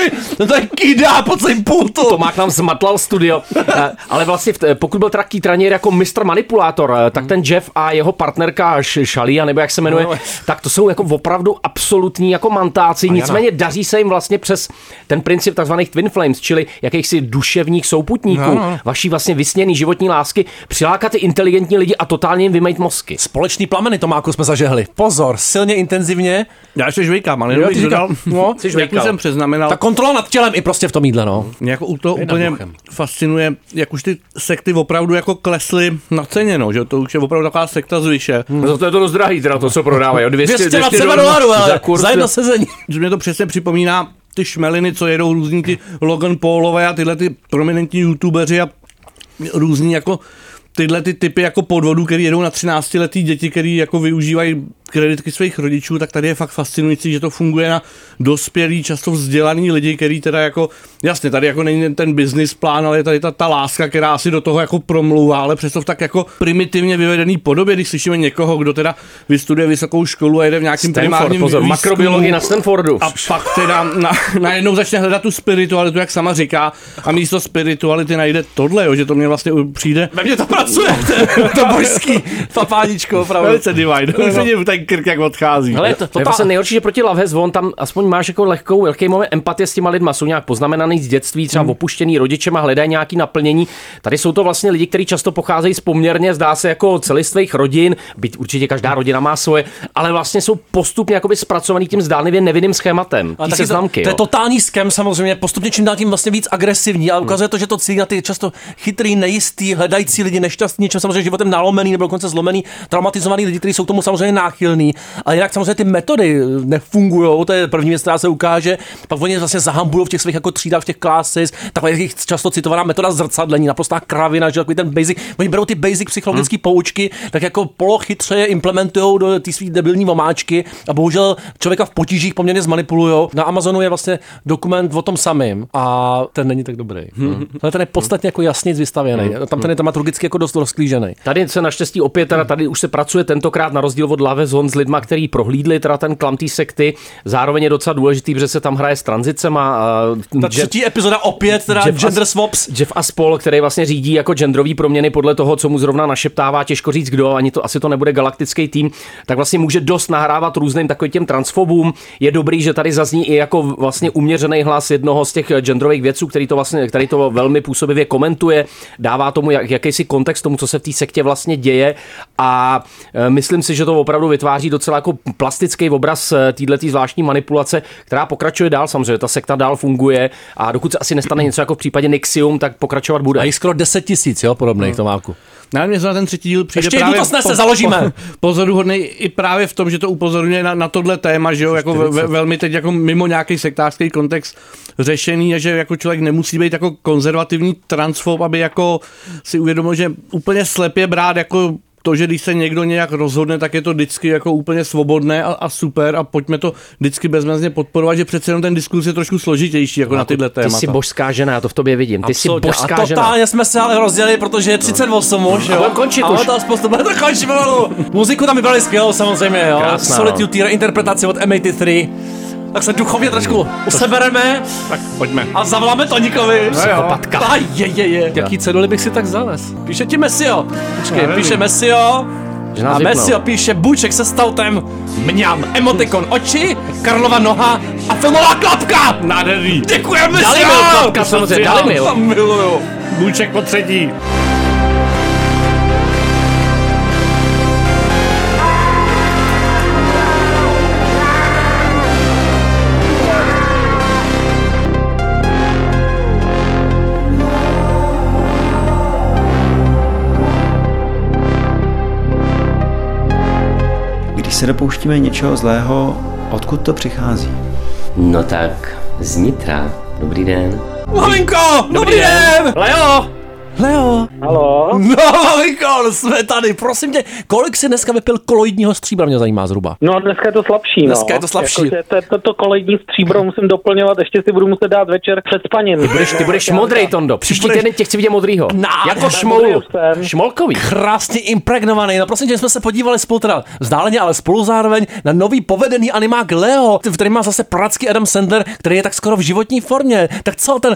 F: to je kydá po celém pultu.
G: Tomák nám zmatlal studio. Eh, Ale vlastně, v t- pokud byl teda Kytranier jako mistr manipulátor, eh, tak ten Jeff a jeho partnerka Š- Shalia, nebo jak se jmenuje,
F: No.
G: tak to jsou jako opravdu absolutní jako mantáci.
F: Mariana.
G: Nicméně daří se jim vlastně přes ten princip takzvaných Twin Flames, čili jakýchsi duševních souputníků,
F: No, no.
G: vaší vlastně vysněný životní lásky, přilákat ty inteligentní lidi a totálně jim vymejt mozky.
F: Společný plameny, Tomáku, jsme zažehli. Pozor, silně intenzivně.
H: Já ještě žvejkám, ale
G: jenom bych
H: dodal,
F: no,
G: jsi žvejkal.
H: jsem přeznamenal-
F: Ta kontrola nad tělem i prostě v tom jídle, no.
H: Mě jako u toho
F: Vy nad
H: úplně
F: duchem.
H: fascinuje, jak už ty sekty opravdu jako klesly na ceně, no, že to už je opravdu taková sekta z vyše.
G: Hmm. Za to je to dost drahý, teda to, co prodávají, o 200
F: 222 dolarů, ale za jedno sezení.
H: Že mě to přesně připomíná ty šmeliny, co jedou různí ty Logan Paulové a tyhle ty prominentní youtubeři a různí jako tyhle ty typy jako podvodů, který jedou na 13 letý děti, který jako využívají kreditky svých rodičů, tak tady je fakt fascinující, že to funguje na dospělí, často vzdělaný lidi, který teda jako, jasně, tady jako není ten business plán, ale je tady ta, ta láska, která si do toho jako promlouvá, ale přesto v tak jako primitivně vyvedený podobě, když slyšíme někoho, kdo teda vystuduje vysokou školu a jede v nějakým
G: Stanford,
H: primárním
G: pozor,
H: výzkumu
G: makrobiologii na Stanfordu.
H: A pak teda na, najednou začne hledat tu spiritualitu, jak sama říká, a místo spirituality najde tohle, jo, že to mě vlastně u- přijde.
F: Ve mně to pracuje, to božský papáničko, opravdu.
H: Velice divine. Už vidím ten krk, jak odchází.
G: Ale to, to je vlastně nejhorší, že proti Love Has Won tam aspoň máš jako lehkou, velký moment empatie s těma lidma. Jsou nějak poznamenaný z dětství,
F: Hmm.
G: třeba opuštěný rodičem a hledají nějaký naplnění. Tady jsou to vlastně lidi, kteří často pocházejí z poměrně, zdá se, jako celistvých rodin, byť určitě každá rodina má svoje, ale vlastně jsou postupně jakoby zpracovaný tím zdánlivě nevinným schématem.
F: Ale
G: Ty
F: taky
G: seznamky.
F: to, to je
G: jo.
F: totální skem samozřejmě, postupně čím dál tím vlastně víc agresivní a ukazuje to, že to cílí na ty často chytrý, nejistý, hledající lidi, nešťastní, čím samozřejmě životem nalomený nebo dokonce zlomený, traumatizovaný lidi, kteří jsou k tomu samozřejmě náchylní. A jinak samozřejmě ty metody eh, nefungují, to je první věc, která se ukáže. Pak oni vlastně zahambují v těch svých jako třídách, v těch klasis, takhle je jich často citovaná metoda zrcadlení, naprostá kravina, že takový ten basic, oni berou ty basic
G: Hm.
F: psychologické hmm. poučky, tak jako polochytře je implementují do té svý debilní vomáčky a bohužel člověka v potížích poměrně zmanipulujou. Na Amazonu je vlastně dokument o tom samém a ten není tak dobrý. Hmm. Ale ten je podstatně jako jasně vystavěný. Tam ten je dramaturgicky jako dost rozklížený.
G: Hmm. Tady se naštěstí opět, teda tady už se pracuje tentokrát na rozdíl od Lave Zon s lidma, který prohlídli teda ten klamtý sekty. Zároveň je docela důležitý, protože se tam hraje s tranzicema. a,
F: Ta
G: že-
F: třetí epizoda opět, teda
G: Jeff
F: gender
G: As-
F: swaps.
G: Jeff Aspol, který vlastně řídí jako genderové proměny podle toho, co mu zrovna našeptává, těžko říct kdo, ani to asi to nebude galaktický tým, tak vlastně může dost nahrávat různým takovým těm transfobům. Je dobrý, že tady zazní i jako vlastně uměřený hlas jednoho z těch genderových vědců, který to vlastně, který to velmi působivě komentuje, dává tomu jak, jakýsi kontext tomu, co se v té sektě vlastně děje a e, myslím si, že to opravdu vytváří docela jako plastický obraz této zvláštní manipulace, která pokračuje dál samozřejmě, ta sekta dál funguje a dokud se asi nestane něco jako v případě Nixium, tak pokračovat bude.
F: A jich skoro 10 tisíc, jo, podobných hmm. Tomáku.
H: Na mě se na ten třetí díl přijde
F: Ještě jednu
H: právě
F: to snese, založíme.
H: pozoruhodný i právě v tom, že to upozorňuje na, na tohle téma, že jo, jako ve, ve, velmi teď jako mimo nějaký sektářský kontext řešený a že jako člověk nemusí být jako konzervativní transfob, aby jako si uvědomil, že úplně slepě brát jako to, že když se někdo nějak rozhodne, tak je to vždycky jako úplně svobodné a, a super a pojďme to vždycky bezmezně podporovat, že přece jenom ten diskus je trošku složitější jako na tyhle témata.
G: jsi božská žena, já to v tobě vidím. Ty jsi
H: Absolutně.
G: božská
H: A
G: žena.
F: Totálně jsme se ale rozdělili, protože je 38 už, jo.
G: A budem končit
F: a
G: už.
F: A to aspoň to bude to končí pomalu. Muziku tam vybrali skvělou samozřejmě, jo.
G: Krásná, no.
F: Solitude, no. interpretace od M83. Tak se duchovně trošku usebereme. Tak
H: pojďme.
F: A zavoláme Toníkovi.
G: No Psychopatka.
F: A je, je, je. Jaký ceduly bych si tak zavez? Píše ti Mesio. Počkej, píše Mesio.
G: Že nás
F: A
G: vypnou.
F: Mesio píše Bůček se stoutem, mňam, emotikon oči, Karlova noha a filmová klapka!
H: Nádherný.
F: Děkujeme
G: Dali
F: si,
G: mi
F: jo.
G: klapka, samozřejmě,
F: Já
G: dali mi, jo.
F: to miluju.
H: Bůček po třetí.
E: Když se dopouštíme něčeho zlého, odkud to přichází?
I: No tak, z Nitra. Dobrý den.
F: Maminko, dobrý den!
G: Leo!
F: Leo!
W: Halo?
F: No, maminko, jsme tady, prosím tě, kolik jsi dneska vypil koloidního stříbra, mě zajímá zhruba.
W: No dneska je to slabší, no.
F: Dneska je to slabší.
W: Jakože to, to, to kolejní stříbro musím doplňovat, ještě si budu muset dát večer před spaním. Ty
G: budeš- ty budeš modrej, Tondo. Příští týden tě chci vidět modrýho. Jako šmoulu. Šmolkový.
F: Krásně impregnovaný. No prosím tě, my jsme se podívali spolu teda vzdáleně, ale spolu zároveň na nový povedený animák Leo, v který má zase pracký Adam Sandler, který je tak skoro v životní formě. Tak co, ten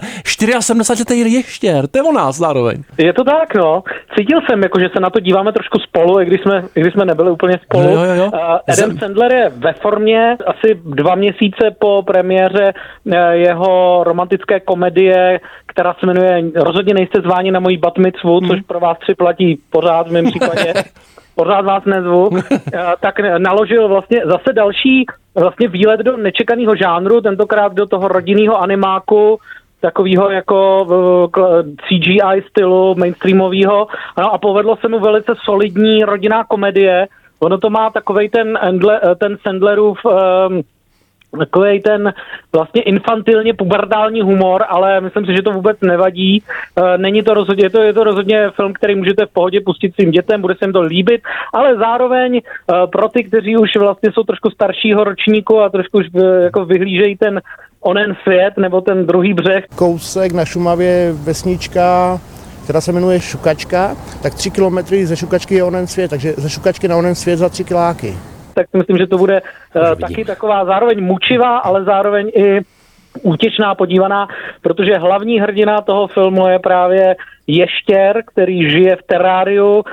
F: 74. ještěr, to je o nás zároveň.
W: Je to tak, no. Cítil jsem, jako, že se na to díváme trošku spolu, i když jsme, i když jsme nebyli úplně spolu.
F: Jo, jo, jo.
W: Uh, Adam Sandler je ve formě. Asi dva měsíce po premiéře eh, jeho romantické komedie, která se jmenuje Rozhodně nejste zváni na moji bat mitzvu,
F: Mhm.
W: což pro vás tři platí pořád v mém případě. pořád vás nezvu, Eh, tak naložil vlastně zase další vlastně výlet do nečekaného žánru, tentokrát do toho rodinného animáku, takového jako eh, kl- CGI stylu mainstreamového. No a povedlo se mu velice solidní rodinná komedie. Ono to má takovej ten, Endle, eh, ten Sandlerův ehm, takový ten vlastně infantilně pubertální humor, ale myslím si, že to vůbec nevadí. Eh, Není to rozhodně, je to, je to rozhodně film, který můžete v pohodě pustit svým dětem, bude se jim to líbit, ale zároveň eh, pro ty, kteří už vlastně jsou trošku staršího ročníku a trošku už eh, jako vyhlížejí ten onen svět nebo ten druhý břeh,
B: Kousek na Šumavě vesnička, která se jmenuje Šukačka, tak tři kilometry ze Šukačky je onen svět, takže ze Šukačky na onen svět za tři kiláky.
W: tak si myslím, že to bude uh, taky taková zároveň mučivá, ale zároveň i útěčná, podívaná, protože hlavní hrdina toho filmu je právě ještěr, který žije v teráriu uh,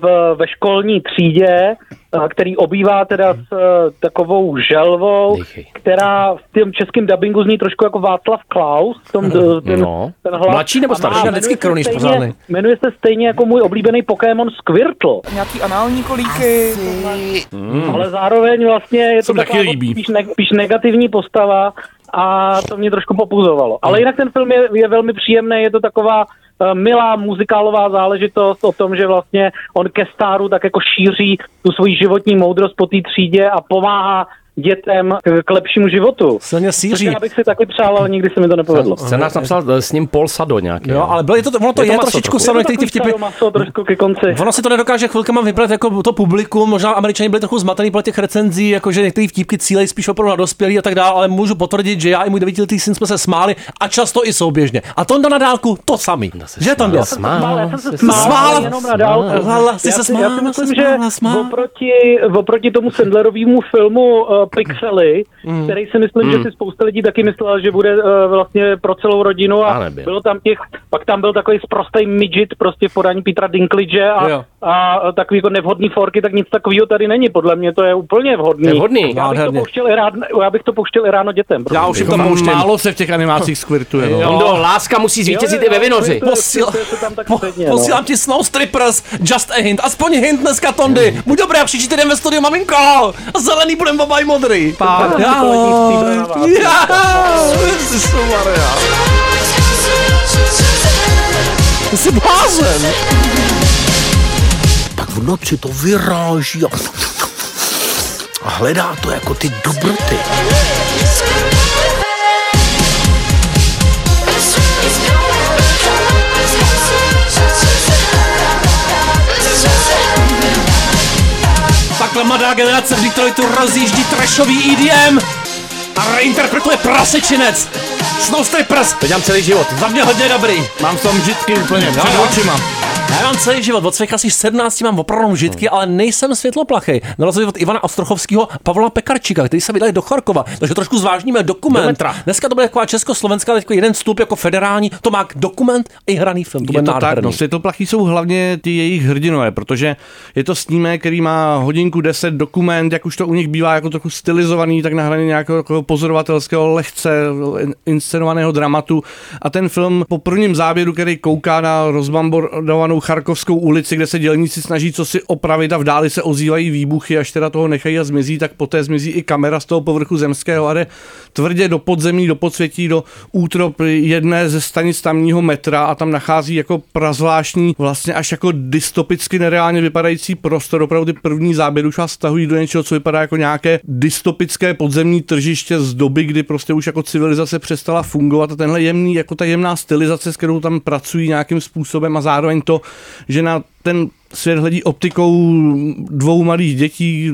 W: v, ve školní třídě, uh, který obývá teda s uh, takovou želvou, která v tom českém dubbingu zní trošku jako Václav Klaus. v Tom, uh, ten,
G: No.
W: ten hlas.
G: Mladší nebo
W: A má-
G: starší?
W: jmenuje
G: Vždycky
W: se
G: kroníš
W: stejně-
G: pořádnej.
W: Jmenuje se stejně jako můj oblíbený Pokémon Squirtle.
J: Nějaký anální kolíky. Asi...
W: Hmm. Ale zároveň vlastně je
J: Se
W: to
J: mi taky
W: taková jako
J: líbí.
W: spíš, ne, spíš negativní postava a to mě trošku popuzovalo. Ale jinak ten film je, je velmi příjemný, je to taková eh, milá muzikálová záležitost o tom, že vlastně on ke stáru tak jako šíří tu svoji životní moudrost po té třídě a pomáhá dětem k, k lepšímu životu.
F: Silně síří.
W: Což já bych si taky přál, ale nikdy se mi to nepovedlo.
G: Scénář napsal eh, s ním Paul Sado nějaký.
F: Jo, No, ale bylo je to, ono to je,
G: maso
F: trošičku
G: trochu.
F: samozřejmě, který ty vtipy...
W: Maso trošku ke konci.
F: Ono si to nedokáže chvilkama vybrat jako to publikum, možná američani byli trochu zmatený po těch recenzí, jakože některé vtípky cílejí spíš opravdu na dospělí a tak dále, ale můžu potvrdit, že já i můj devítiletý syn jsme se smáli a často i souběžně. A Tonda na dálku to samý. Že Tondo?
W: Já jsem se smál, já jsem se
F: No, Jsi
W: smál, ale jenom na dálku.
F: Smála, jsi
W: Já
F: se
W: si- já si
F: smála,
W: myslím,
F: jsi
W: že
F: smála, smála.
W: oproti, oproti tomu Sandlerovému filmu uh, Pixely,
F: Mm.
W: který si myslím,
F: Mm.
W: že si spousta lidí taky myslela, že bude uh, vlastně pro celou rodinu
F: A
W: a
F: nebyl.
W: bylo tam těch, pak tam byl takový sprostý midget prostě v podání Petra Dinklidge
F: Jo.
W: a, a eh, takový jako nevhodný forky, tak nic takového tady není. Podle mě to je úplně vhodný.
H: To je vhodný.
W: Já bych to
H: Nádherně.
W: pouštěl i, rád, já bych to pouštěl i ráno dětem.
H: Já už jim
W: Jako
H: tam
W: mám
H: pouštím. Málo se v těch animacích skvirtuje. No.
G: Tondo, láska musí zvítězit i ve vinoři.
F: Posíl... Po, posílám ti Snow Strippers, just a hint, aspoň hint dneska Tondy. Buď dobré, a příští týden ve studiu, maminko. A zelený budem baba i modrý. Pár. Ty jsi blázen.
A: Tak v noci to vyráží a, a hledá to jako ty dobroty.
F: ta mladá generace v Detroitu rozjíždí trashový EDM a reinterpretuje prasečinec. Snow Strippers. To dělám celý život. Za mě hodně dobrý.
H: Mám v tom žitky úplně před očima.
F: Já mám celý život, od svých asi 17 mám opravdu žitky, ale nejsem světloplachy. Na rozdíl od Ivana Ostrochovského, Pavla Pekarčíka, který se vydali do Charkova. Takže trošku zvážníme dokument. Dneska to bude taková československá, teď jeden vstup jako federální, to má dokument i hraný film. To
H: je
F: bude
H: to tak,
F: nádherný.
H: no, světoplachy jsou hlavně ty jejich hrdinové, protože je to snímek, který má hodinku 10 dokument, jak už to u nich bývá jako trochu stylizovaný, tak na hraně nějakého takového pozorovatelského lehce in- inscenovaného dramatu. A ten film po prvním záběru, který kouká na rozbambordovanou Charkovskou ulici, kde se dělníci snaží co si opravit a v dáli se ozývají výbuchy, až teda toho nechají a zmizí, tak poté zmizí i kamera z toho povrchu zemského a jde tvrdě do podzemí, do podsvětí, do útrop jedné ze stanic tamního metra a tam nachází jako prazvláštní, vlastně až jako dystopicky nereálně vypadající prostor. Opravdu ty první záběry už vás stahují do něčeho, co vypadá jako nějaké dystopické podzemní tržiště z doby, kdy prostě už jako civilizace přestala fungovat a tenhle jemný, jako ta jemná stylizace, s kterou tam pracují nějakým způsobem a zároveň to, že na ten svět hledí optikou dvou malých dětí,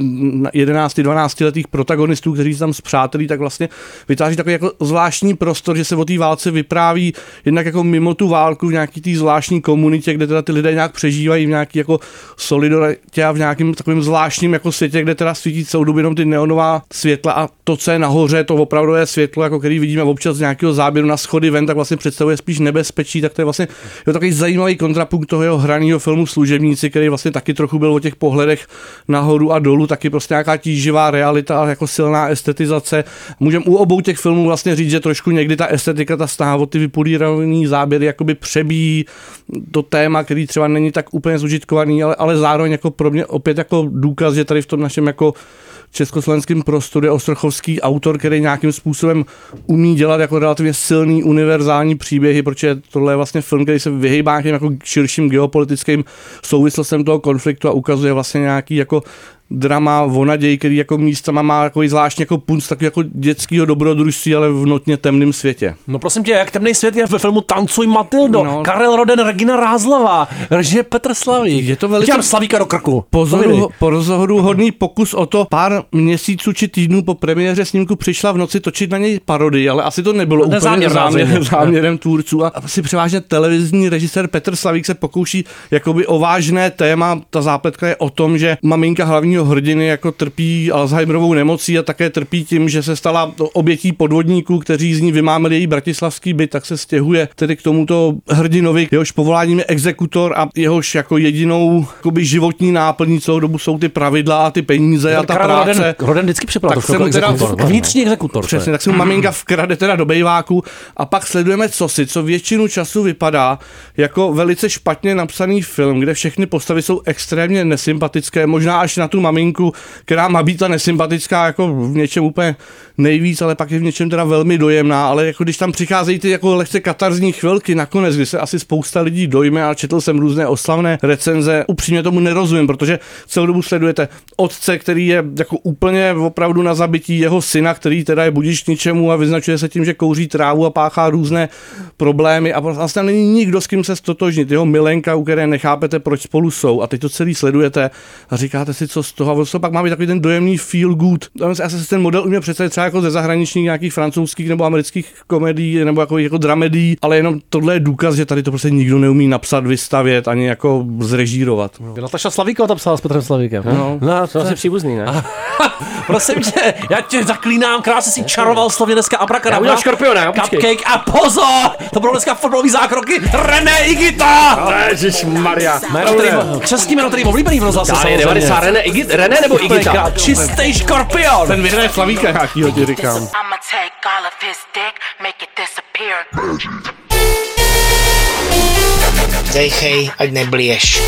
H: 11-12 letých protagonistů, kteří se tam zpřátelí, tak vlastně vytváří takový jako zvláštní prostor, že se o té válce vypráví jednak jako mimo tu válku v nějaký té zvláštní komunitě, kde teda ty lidé nějak přežívají v nějaký jako solidaritě a v nějakém takovém zvláštním jako světě, kde teda svítí celou dobu jenom ty neonová světla a to, co je nahoře, to opravdové světlo, jako který vidíme občas z nějakého záběru na schody ven, tak vlastně představuje spíš nebezpečí, tak to je vlastně jo, takový zajímavý kontrapunkt toho jeho hraného filmu Služebníci, který vlastně taky trochu byl o těch pohledech nahoru a dolů, taky prostě nějaká tíživá realita, ale jako silná estetizace. Můžeme u obou těch filmů vlastně říct, že trošku někdy ta estetika, ta snaha o ty vypolírované záběry jakoby přebíjí to téma, který třeba není tak úplně zužitkovaný, ale, ale zároveň jako pro mě opět jako důkaz, že tady v tom našem jako československém prostoru je Ostrochovský autor, který nějakým způsobem umí dělat jako relativně silný univerzální příběhy, protože tohle je vlastně film, který se vyhýbá nějakým jako širším geopolitickým souvislostem toho konfliktu a ukazuje vlastně nějaký jako drama o naději, který jako místama má jako zvláštně jako punc takový jako dětského dobrodružství, ale v notně temném světě.
F: No prosím tě, jak temný svět je ve filmu Tancuj Matildo, no. Karel Roden, Regina Rázlava, režie Petr Slavík. Je
H: to velice-
F: Dělám Slavíka do krku.
H: Pozoru, pozoruhodný pokus o to pár měsíců či týdnů po premiéře snímku přišla v noci točit na něj parody, ale asi to nebylo úplně
F: Nezáměr,
H: záměr,
F: záměr.
H: záměrem tvůrců. A asi převážně televizní režisér Petr Slavík se pokouší jakoby o vážné téma. Ta zápletka je o tom, že maminka hlavního hrdiny jako trpí Alzheimerovou nemocí a také trpí tím, že se stala obětí podvodníků, kteří z ní vymámili její bratislavský byt, tak se stěhuje tedy k tomuto hrdinovi, jehož povoláním je exekutor a jehož jako jedinou jakoby životní náplní celou dobu jsou ty pravidla a ty peníze a ta
F: Karel
H: práce.
F: Roden, Roden vždycky připadá
H: Tak
F: trošku
H: jsem
F: jako
H: teda
F: exekutor.
H: v-
F: Vnitřní exekutor. to je.
H: Přesně, tak se mu maminka vkrade teda do bejváku a pak sledujeme cosi, co většinu času vypadá jako velice špatně napsaný film, kde všechny postavy jsou extrémně nesympatické, možná až na tu maminku, která má být ta nesympatická jako v něčem úplně nejvíc, ale pak je v něčem teda velmi dojemná, ale jako když tam přicházejí ty jako lehce katarzní chvilky nakonec, kdy se asi spousta lidí dojme a četl jsem různé oslavné recenze, upřímně tomu nerozumím, protože celou dobu sledujete otce, který je jako úplně opravdu na zabití jeho syna, který teda je budiš k ničemu a vyznačuje se tím, že kouří trávu a páchá různé problémy a prostě vlastně není nikdo, s kým se stotožnit. Jeho milenka, u které nechápete, proč spolu jsou a teď to celý sledujete a říkáte si, co z toho a vlastně pak má být takový ten dojemný feel good. Já jsem si ten model uměl představit třeba jako ze zahraničních nějakých francouzských nebo amerických komedií nebo jako, jako dramedií, ale jenom tohle je důkaz, že tady to prostě nikdo neumí napsat, vystavět ani jako zrežírovat.
F: Nataša Slavíková tam psala s Petrem Slavíkem.
H: No.
F: no to
G: asi příbuzný, ne?
F: Prosím tě, já tě zaklínám, krásně si čaroval slovně dneska abrakadabra.
G: Já udělám škorpiona, jo, počkej.
F: Cupcake a pozor! To budou dneska fotbalový zákroky René Igita!
G: Ježíš Maria.
F: Jméno, který, český jméno, který mám oblíbený v rozhlasu
G: Já je 90 René, Igit, René nebo
F: Úplně
G: Igita?
F: krá- Čistý škorpion!
H: Ten vyhraje Slavíka nějakýho, ti říkám.
C: I'ma take all of his dick, make it disappear.
O: Dejchej, ať neblieš.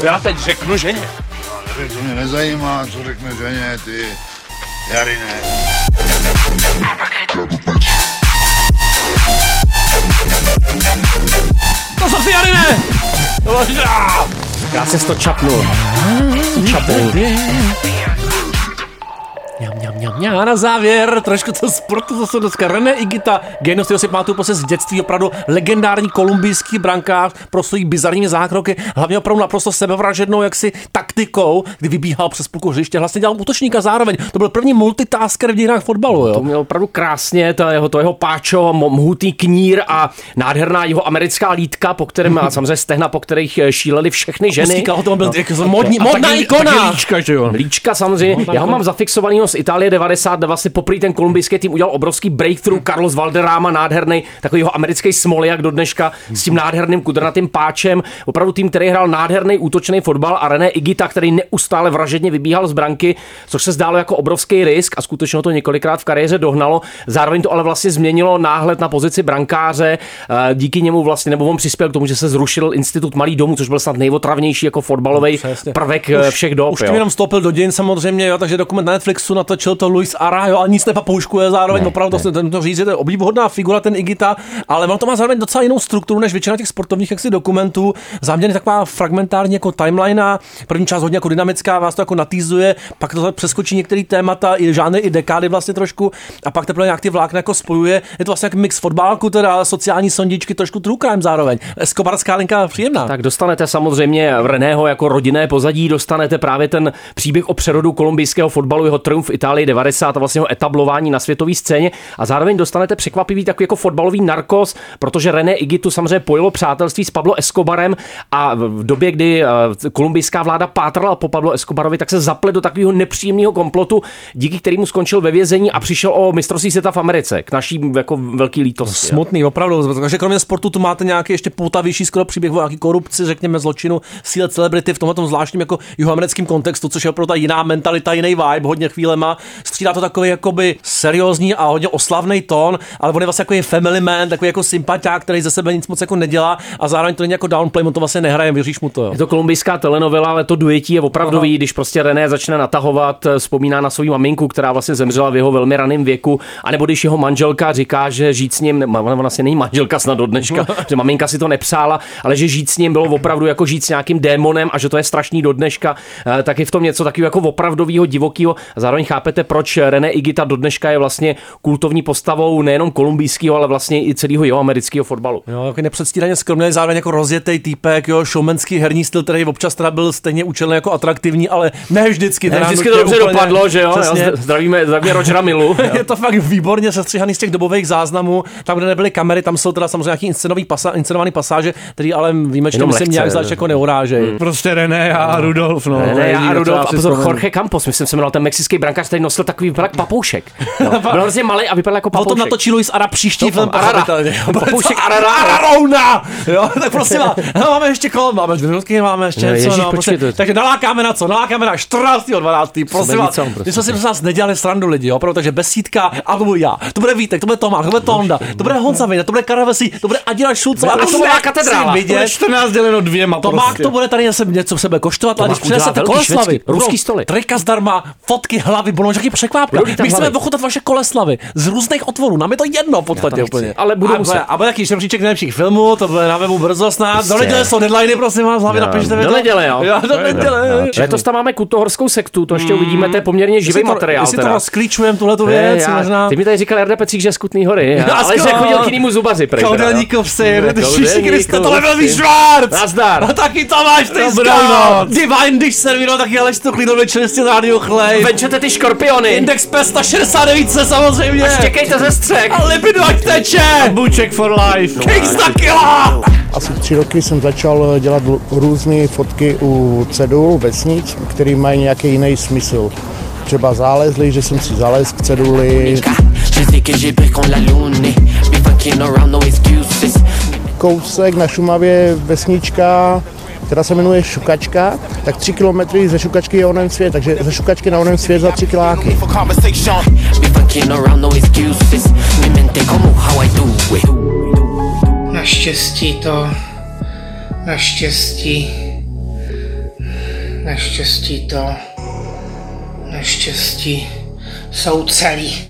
D: Co já teď řeknu ženě? Já nevím, to mě nezajímá, co řekne ženě, ty Jarine.
F: To jsou ty Jarine!
G: Já se to čapnul. Čapnul.
F: Mňam, mňam, mňam, mňam. A na závěr trošku to sportu zase dneska. René Igita, genius, kterého si pamatuju prostě z dětství, opravdu legendární kolumbijský brankář, pro svojí bizarními zákroky, hlavně opravdu naprosto sebevražednou jaksi taktikou, kdy vybíhal přes půlku hřiště, vlastně dělal útočníka zároveň. To byl první multitasker v dějinách fotbalu, jo.
G: To měl opravdu krásně, to jeho, to jeho páčo, mo- mhutý knír a nádherná jeho americká lítka, po kterém, a samozřejmě stehna, po kterých eh, šílely všechny ženy.
F: Pustíkal, to byl jak z- No. modní-
G: A
F: modná
G: taky-
F: ikona.
G: taky Líčka, že jo? Líčka samozřejmě.
F: Modná
G: Já ho
F: ikona.
G: mám zafixovanýho z Itálie 90, kde vlastně poprý ten kolumbijský tým udělal obrovský breakthrough. Carlos Valderrama, nádherný, takový jeho americký smoliak do dneška s tím nádherným kudrnatým páčem. Opravdu tým, který hrál nádherný útočný fotbal a René Igita, který neustále vražedně vybíhal z branky, což se zdálo jako obrovský risk a skutečně ho to několikrát v kariéře dohnalo. Zároveň to ale vlastně změnilo náhled na pozici brankáře. Eh, Díky němu vlastně, nebo on přispěl k tomu, že se zrušil institut malý domů, což byl snad nejotravnější jako fotbalový prvek eh,
F: No, Už-
G: všech dob.
F: Už tím
G: jo.
F: jenom vstoupil do dějin samozřejmě, jo, takže dokument na Netflixu natočil to Luis Ara, jo, a nic nepapouškuje zároveň,
G: Ne,
F: ne, opravdu ne. to, to říct, je to oblíbuhodná figura, ten Igita, ale on to má zároveň docela jinou strukturu než většina těch sportovních jaksi dokumentů. Záměrně taková fragmentární jako timeline, první část hodně jako dynamická, vás to jako natýzuje, pak to přeskočí některé témata, i žánry, i dekády vlastně trošku, a pak teprve nějak ty vlákna jako spojuje. Je to vlastně jak mix fotbálku, teda sociální sondičky, trošku true crime zároveň. Eskobarská linka příjemná.
G: Tak dostanete samozřejmě Reného jako rodinné pozadí, dostanete právě ten příběh o přerodu kolumbijského fotbalu, jeho triumf v Itálii 90 a vlastně jeho etablování na světové scéně a zároveň dostanete překvapivý takový jako fotbalový narkos, protože René Igitu samozřejmě pojilo přátelství s Pablo Escobarem a v- v době, kdy eh, kolumbijská vláda pátrala po Pablo Escobarovi, tak se zaplet do takového nepříjemného komplotu, díky kterému skončil ve vězení a přišel o mistrovství světa v Americe, k naší jako velký lítosti. jo.
F: Smutný, opravdu. Takže kromě sportu tu máte nějaký ještě poutavější skoro příběh o nějaký korupci, řekněme zločinu, síle celebrity v tomhle tom zvláštním jako jihoamerickém kontextu, což je opravdu ta jiná mentalita, jiný vibe, hodně chvílema. Střídá to takový jakoby seriózní a hodně oslavný tón, ale on je vlastně jako je family man, takový jako sympatiák, který ze sebe nic moc jako nedělá a zároveň to není jako downplay, on to vlastně nehraje, věříš mu to. Jo.
G: Je to kolumbijská telenovela, ale to dojetí je opravdový, když prostě René začne natahovat, eh, vzpomíná na svou maminku, která vlastně zemřela v jeho velmi raném věku, anebo když jeho manželka říká, že žít s ním, ne- ona vlastně není manželka snad do dneška, že maminka si to nepřála, ale že žít s ním bylo opravdu jako žít s nějakým démonem a že to je strašný do dneška, eh, tak je v tom něco takového jako opravdového, divokého. Zároveň chápete, proč René Igita do dneška je vlastně kultovní postavou nejenom kolumbijského, ale vlastně i celého jeho amerického fotbalu.
F: Jo, jako nepředstíraně skromný, zároveň jako rozjetý týpek, jo, showmanský herní styl, který občas teda byl stejně účelný jako atraktivní, ale ne vždycky.
G: Ne,
F: teda
G: vždycky to
F: nutně
G: dobře
F: úplně-
G: dopadlo, že jo?
F: Přesně.
G: jo zdravíme, zdravíme Rogera Milu.
F: je to fakt výborně sestříhaný z těch dobových záznamů. Tam, kde nebyly kamery, tam jsou teda samozřejmě nějaký inscenový pasa, inscenovaný pasáže, který ale výjimečně
G: Jenom
F: myslím
G: lehce,
F: nějak
G: jo.
F: zvlášť jako neurážejí.
G: Mm.
H: Prostě René a Rudolf, no.
G: Ne,
H: to je
G: ne, já
H: jediný,
G: a Rudolf
H: co já
G: a
H: si
G: pozor,
H: vzpomenu.
G: Jorge Campos, myslím, se jmenoval ten mexický brankář, který nosil takový vypadal jak papoušek. No, byl hrozně malý a vypadal jako papoušek.
F: Potom natočí Luis Ara příští
G: Doufám,
F: film
G: Arara.
F: pochopitelně.
G: Papoušek
F: Co?
G: Arara.
F: Ararouna! Jo, tak prosím vás, no, máme ještě kol, máme dvě máme ještě
G: Ne,
F: něco.
G: Ježíš,
F: no,
G: počkej, to-
F: takže nalákáme na co? Nalákáme na 14.12. Prosím
G: Jsem
F: vás,
G: Benicom, prosím
F: my jsme si prosím vás nedělali srandu lidi, jo, opravdu, takže besídka a to budu já, to bude Vítek, to bude Tomáš, to bude Tonda, to bude Honza Vejna, to bude Karavesí, to bude Adina Šulcová,
H: Ne,
F: a
H: to
F: to
H: bude
F: bude
H: katedrála.
F: chci vidět.
H: To bude 14 děleno dvěma
F: To má,
H: prostě.
F: to bude tady zase něco v sebe koštovat, ale
G: Tomák
F: když přinesete
G: udělá velký
F: koleslavy,
G: švédský-
F: budou
G: ruský stoly.
F: Trika zdarma, fotky, hlavy, budou nějaký překvápka.
G: Budou lítat
F: My chceme
G: hlavy.
F: ochutnat vaše koleslavy z různých otvorů, nám je to jedno v podstatě
G: Já to nechci.
F: úplně.
G: Ale budu
F: a,
G: muset.
F: Bude, a bude taky žebříček nejlepších filmů, to bude na webu brzo snad. Do
G: Prostě.
F: neděle jsou deadliny, prosím vás, hlavy
G: No,
F: napište mi
G: do
F: to.
G: neděle, jo.
F: do neděle.
G: No, Letos tam máme kutohorskou sektu, to ještě uvidíme, to je poměrně
F: Hmm.
G: živý
F: Jestli to-
G: materiál.
F: Jestli to
G: teda.
F: rozklíčujeme, tuhle tu
G: Ne,
F: věc,
G: já-
F: možná.
G: Ty mi tady říkal Jarda Pecík, že je z Kutný hory,
F: No,
G: ale že
F: skvěl.
G: chodil k jinému zubaři. prej, teda, jo.
F: Koudelníkov syn, ty
G: No,
F: šiši Kriste,
G: koudelníkov
F: tohle byl
G: syn.
F: víš Schwarz!
G: Nazdar.
F: No taky to máš, ty
G: Dobrou
F: skálo.
G: noc.
F: Divine Dish servíro, taky Aleš to klidnou večeristě rádio chlej.
G: Venčete ty škorpiony.
F: Index P169 se samozřejmě.
G: A štěkejte ze střech.
F: A libido ať teče. A
H: Buček for life.
F: Kings na killa.
B: Asi tři roky jsem začal dělat l- různé fotky u cedul vesnic, které mají nějaký jiný smysl. Třeba zálezli, že jsem si zalez k ceduli.
K: J'étais que j'ai peur qu'on la lunée. Be fucking around, no excuses.
B: Kousek na Šumavě vesnička, která se jmenuje Šukačka, tak tři kilometry ze Šukačky je onen svět, takže ze Šukačky na onen svět za tři kiláky.
K: For conversation. Be fucking around, no excuses. Mi mente como how I do it.
O: Naštěstí to, naštěstí, naštěstí to, naštěstí jsou celý.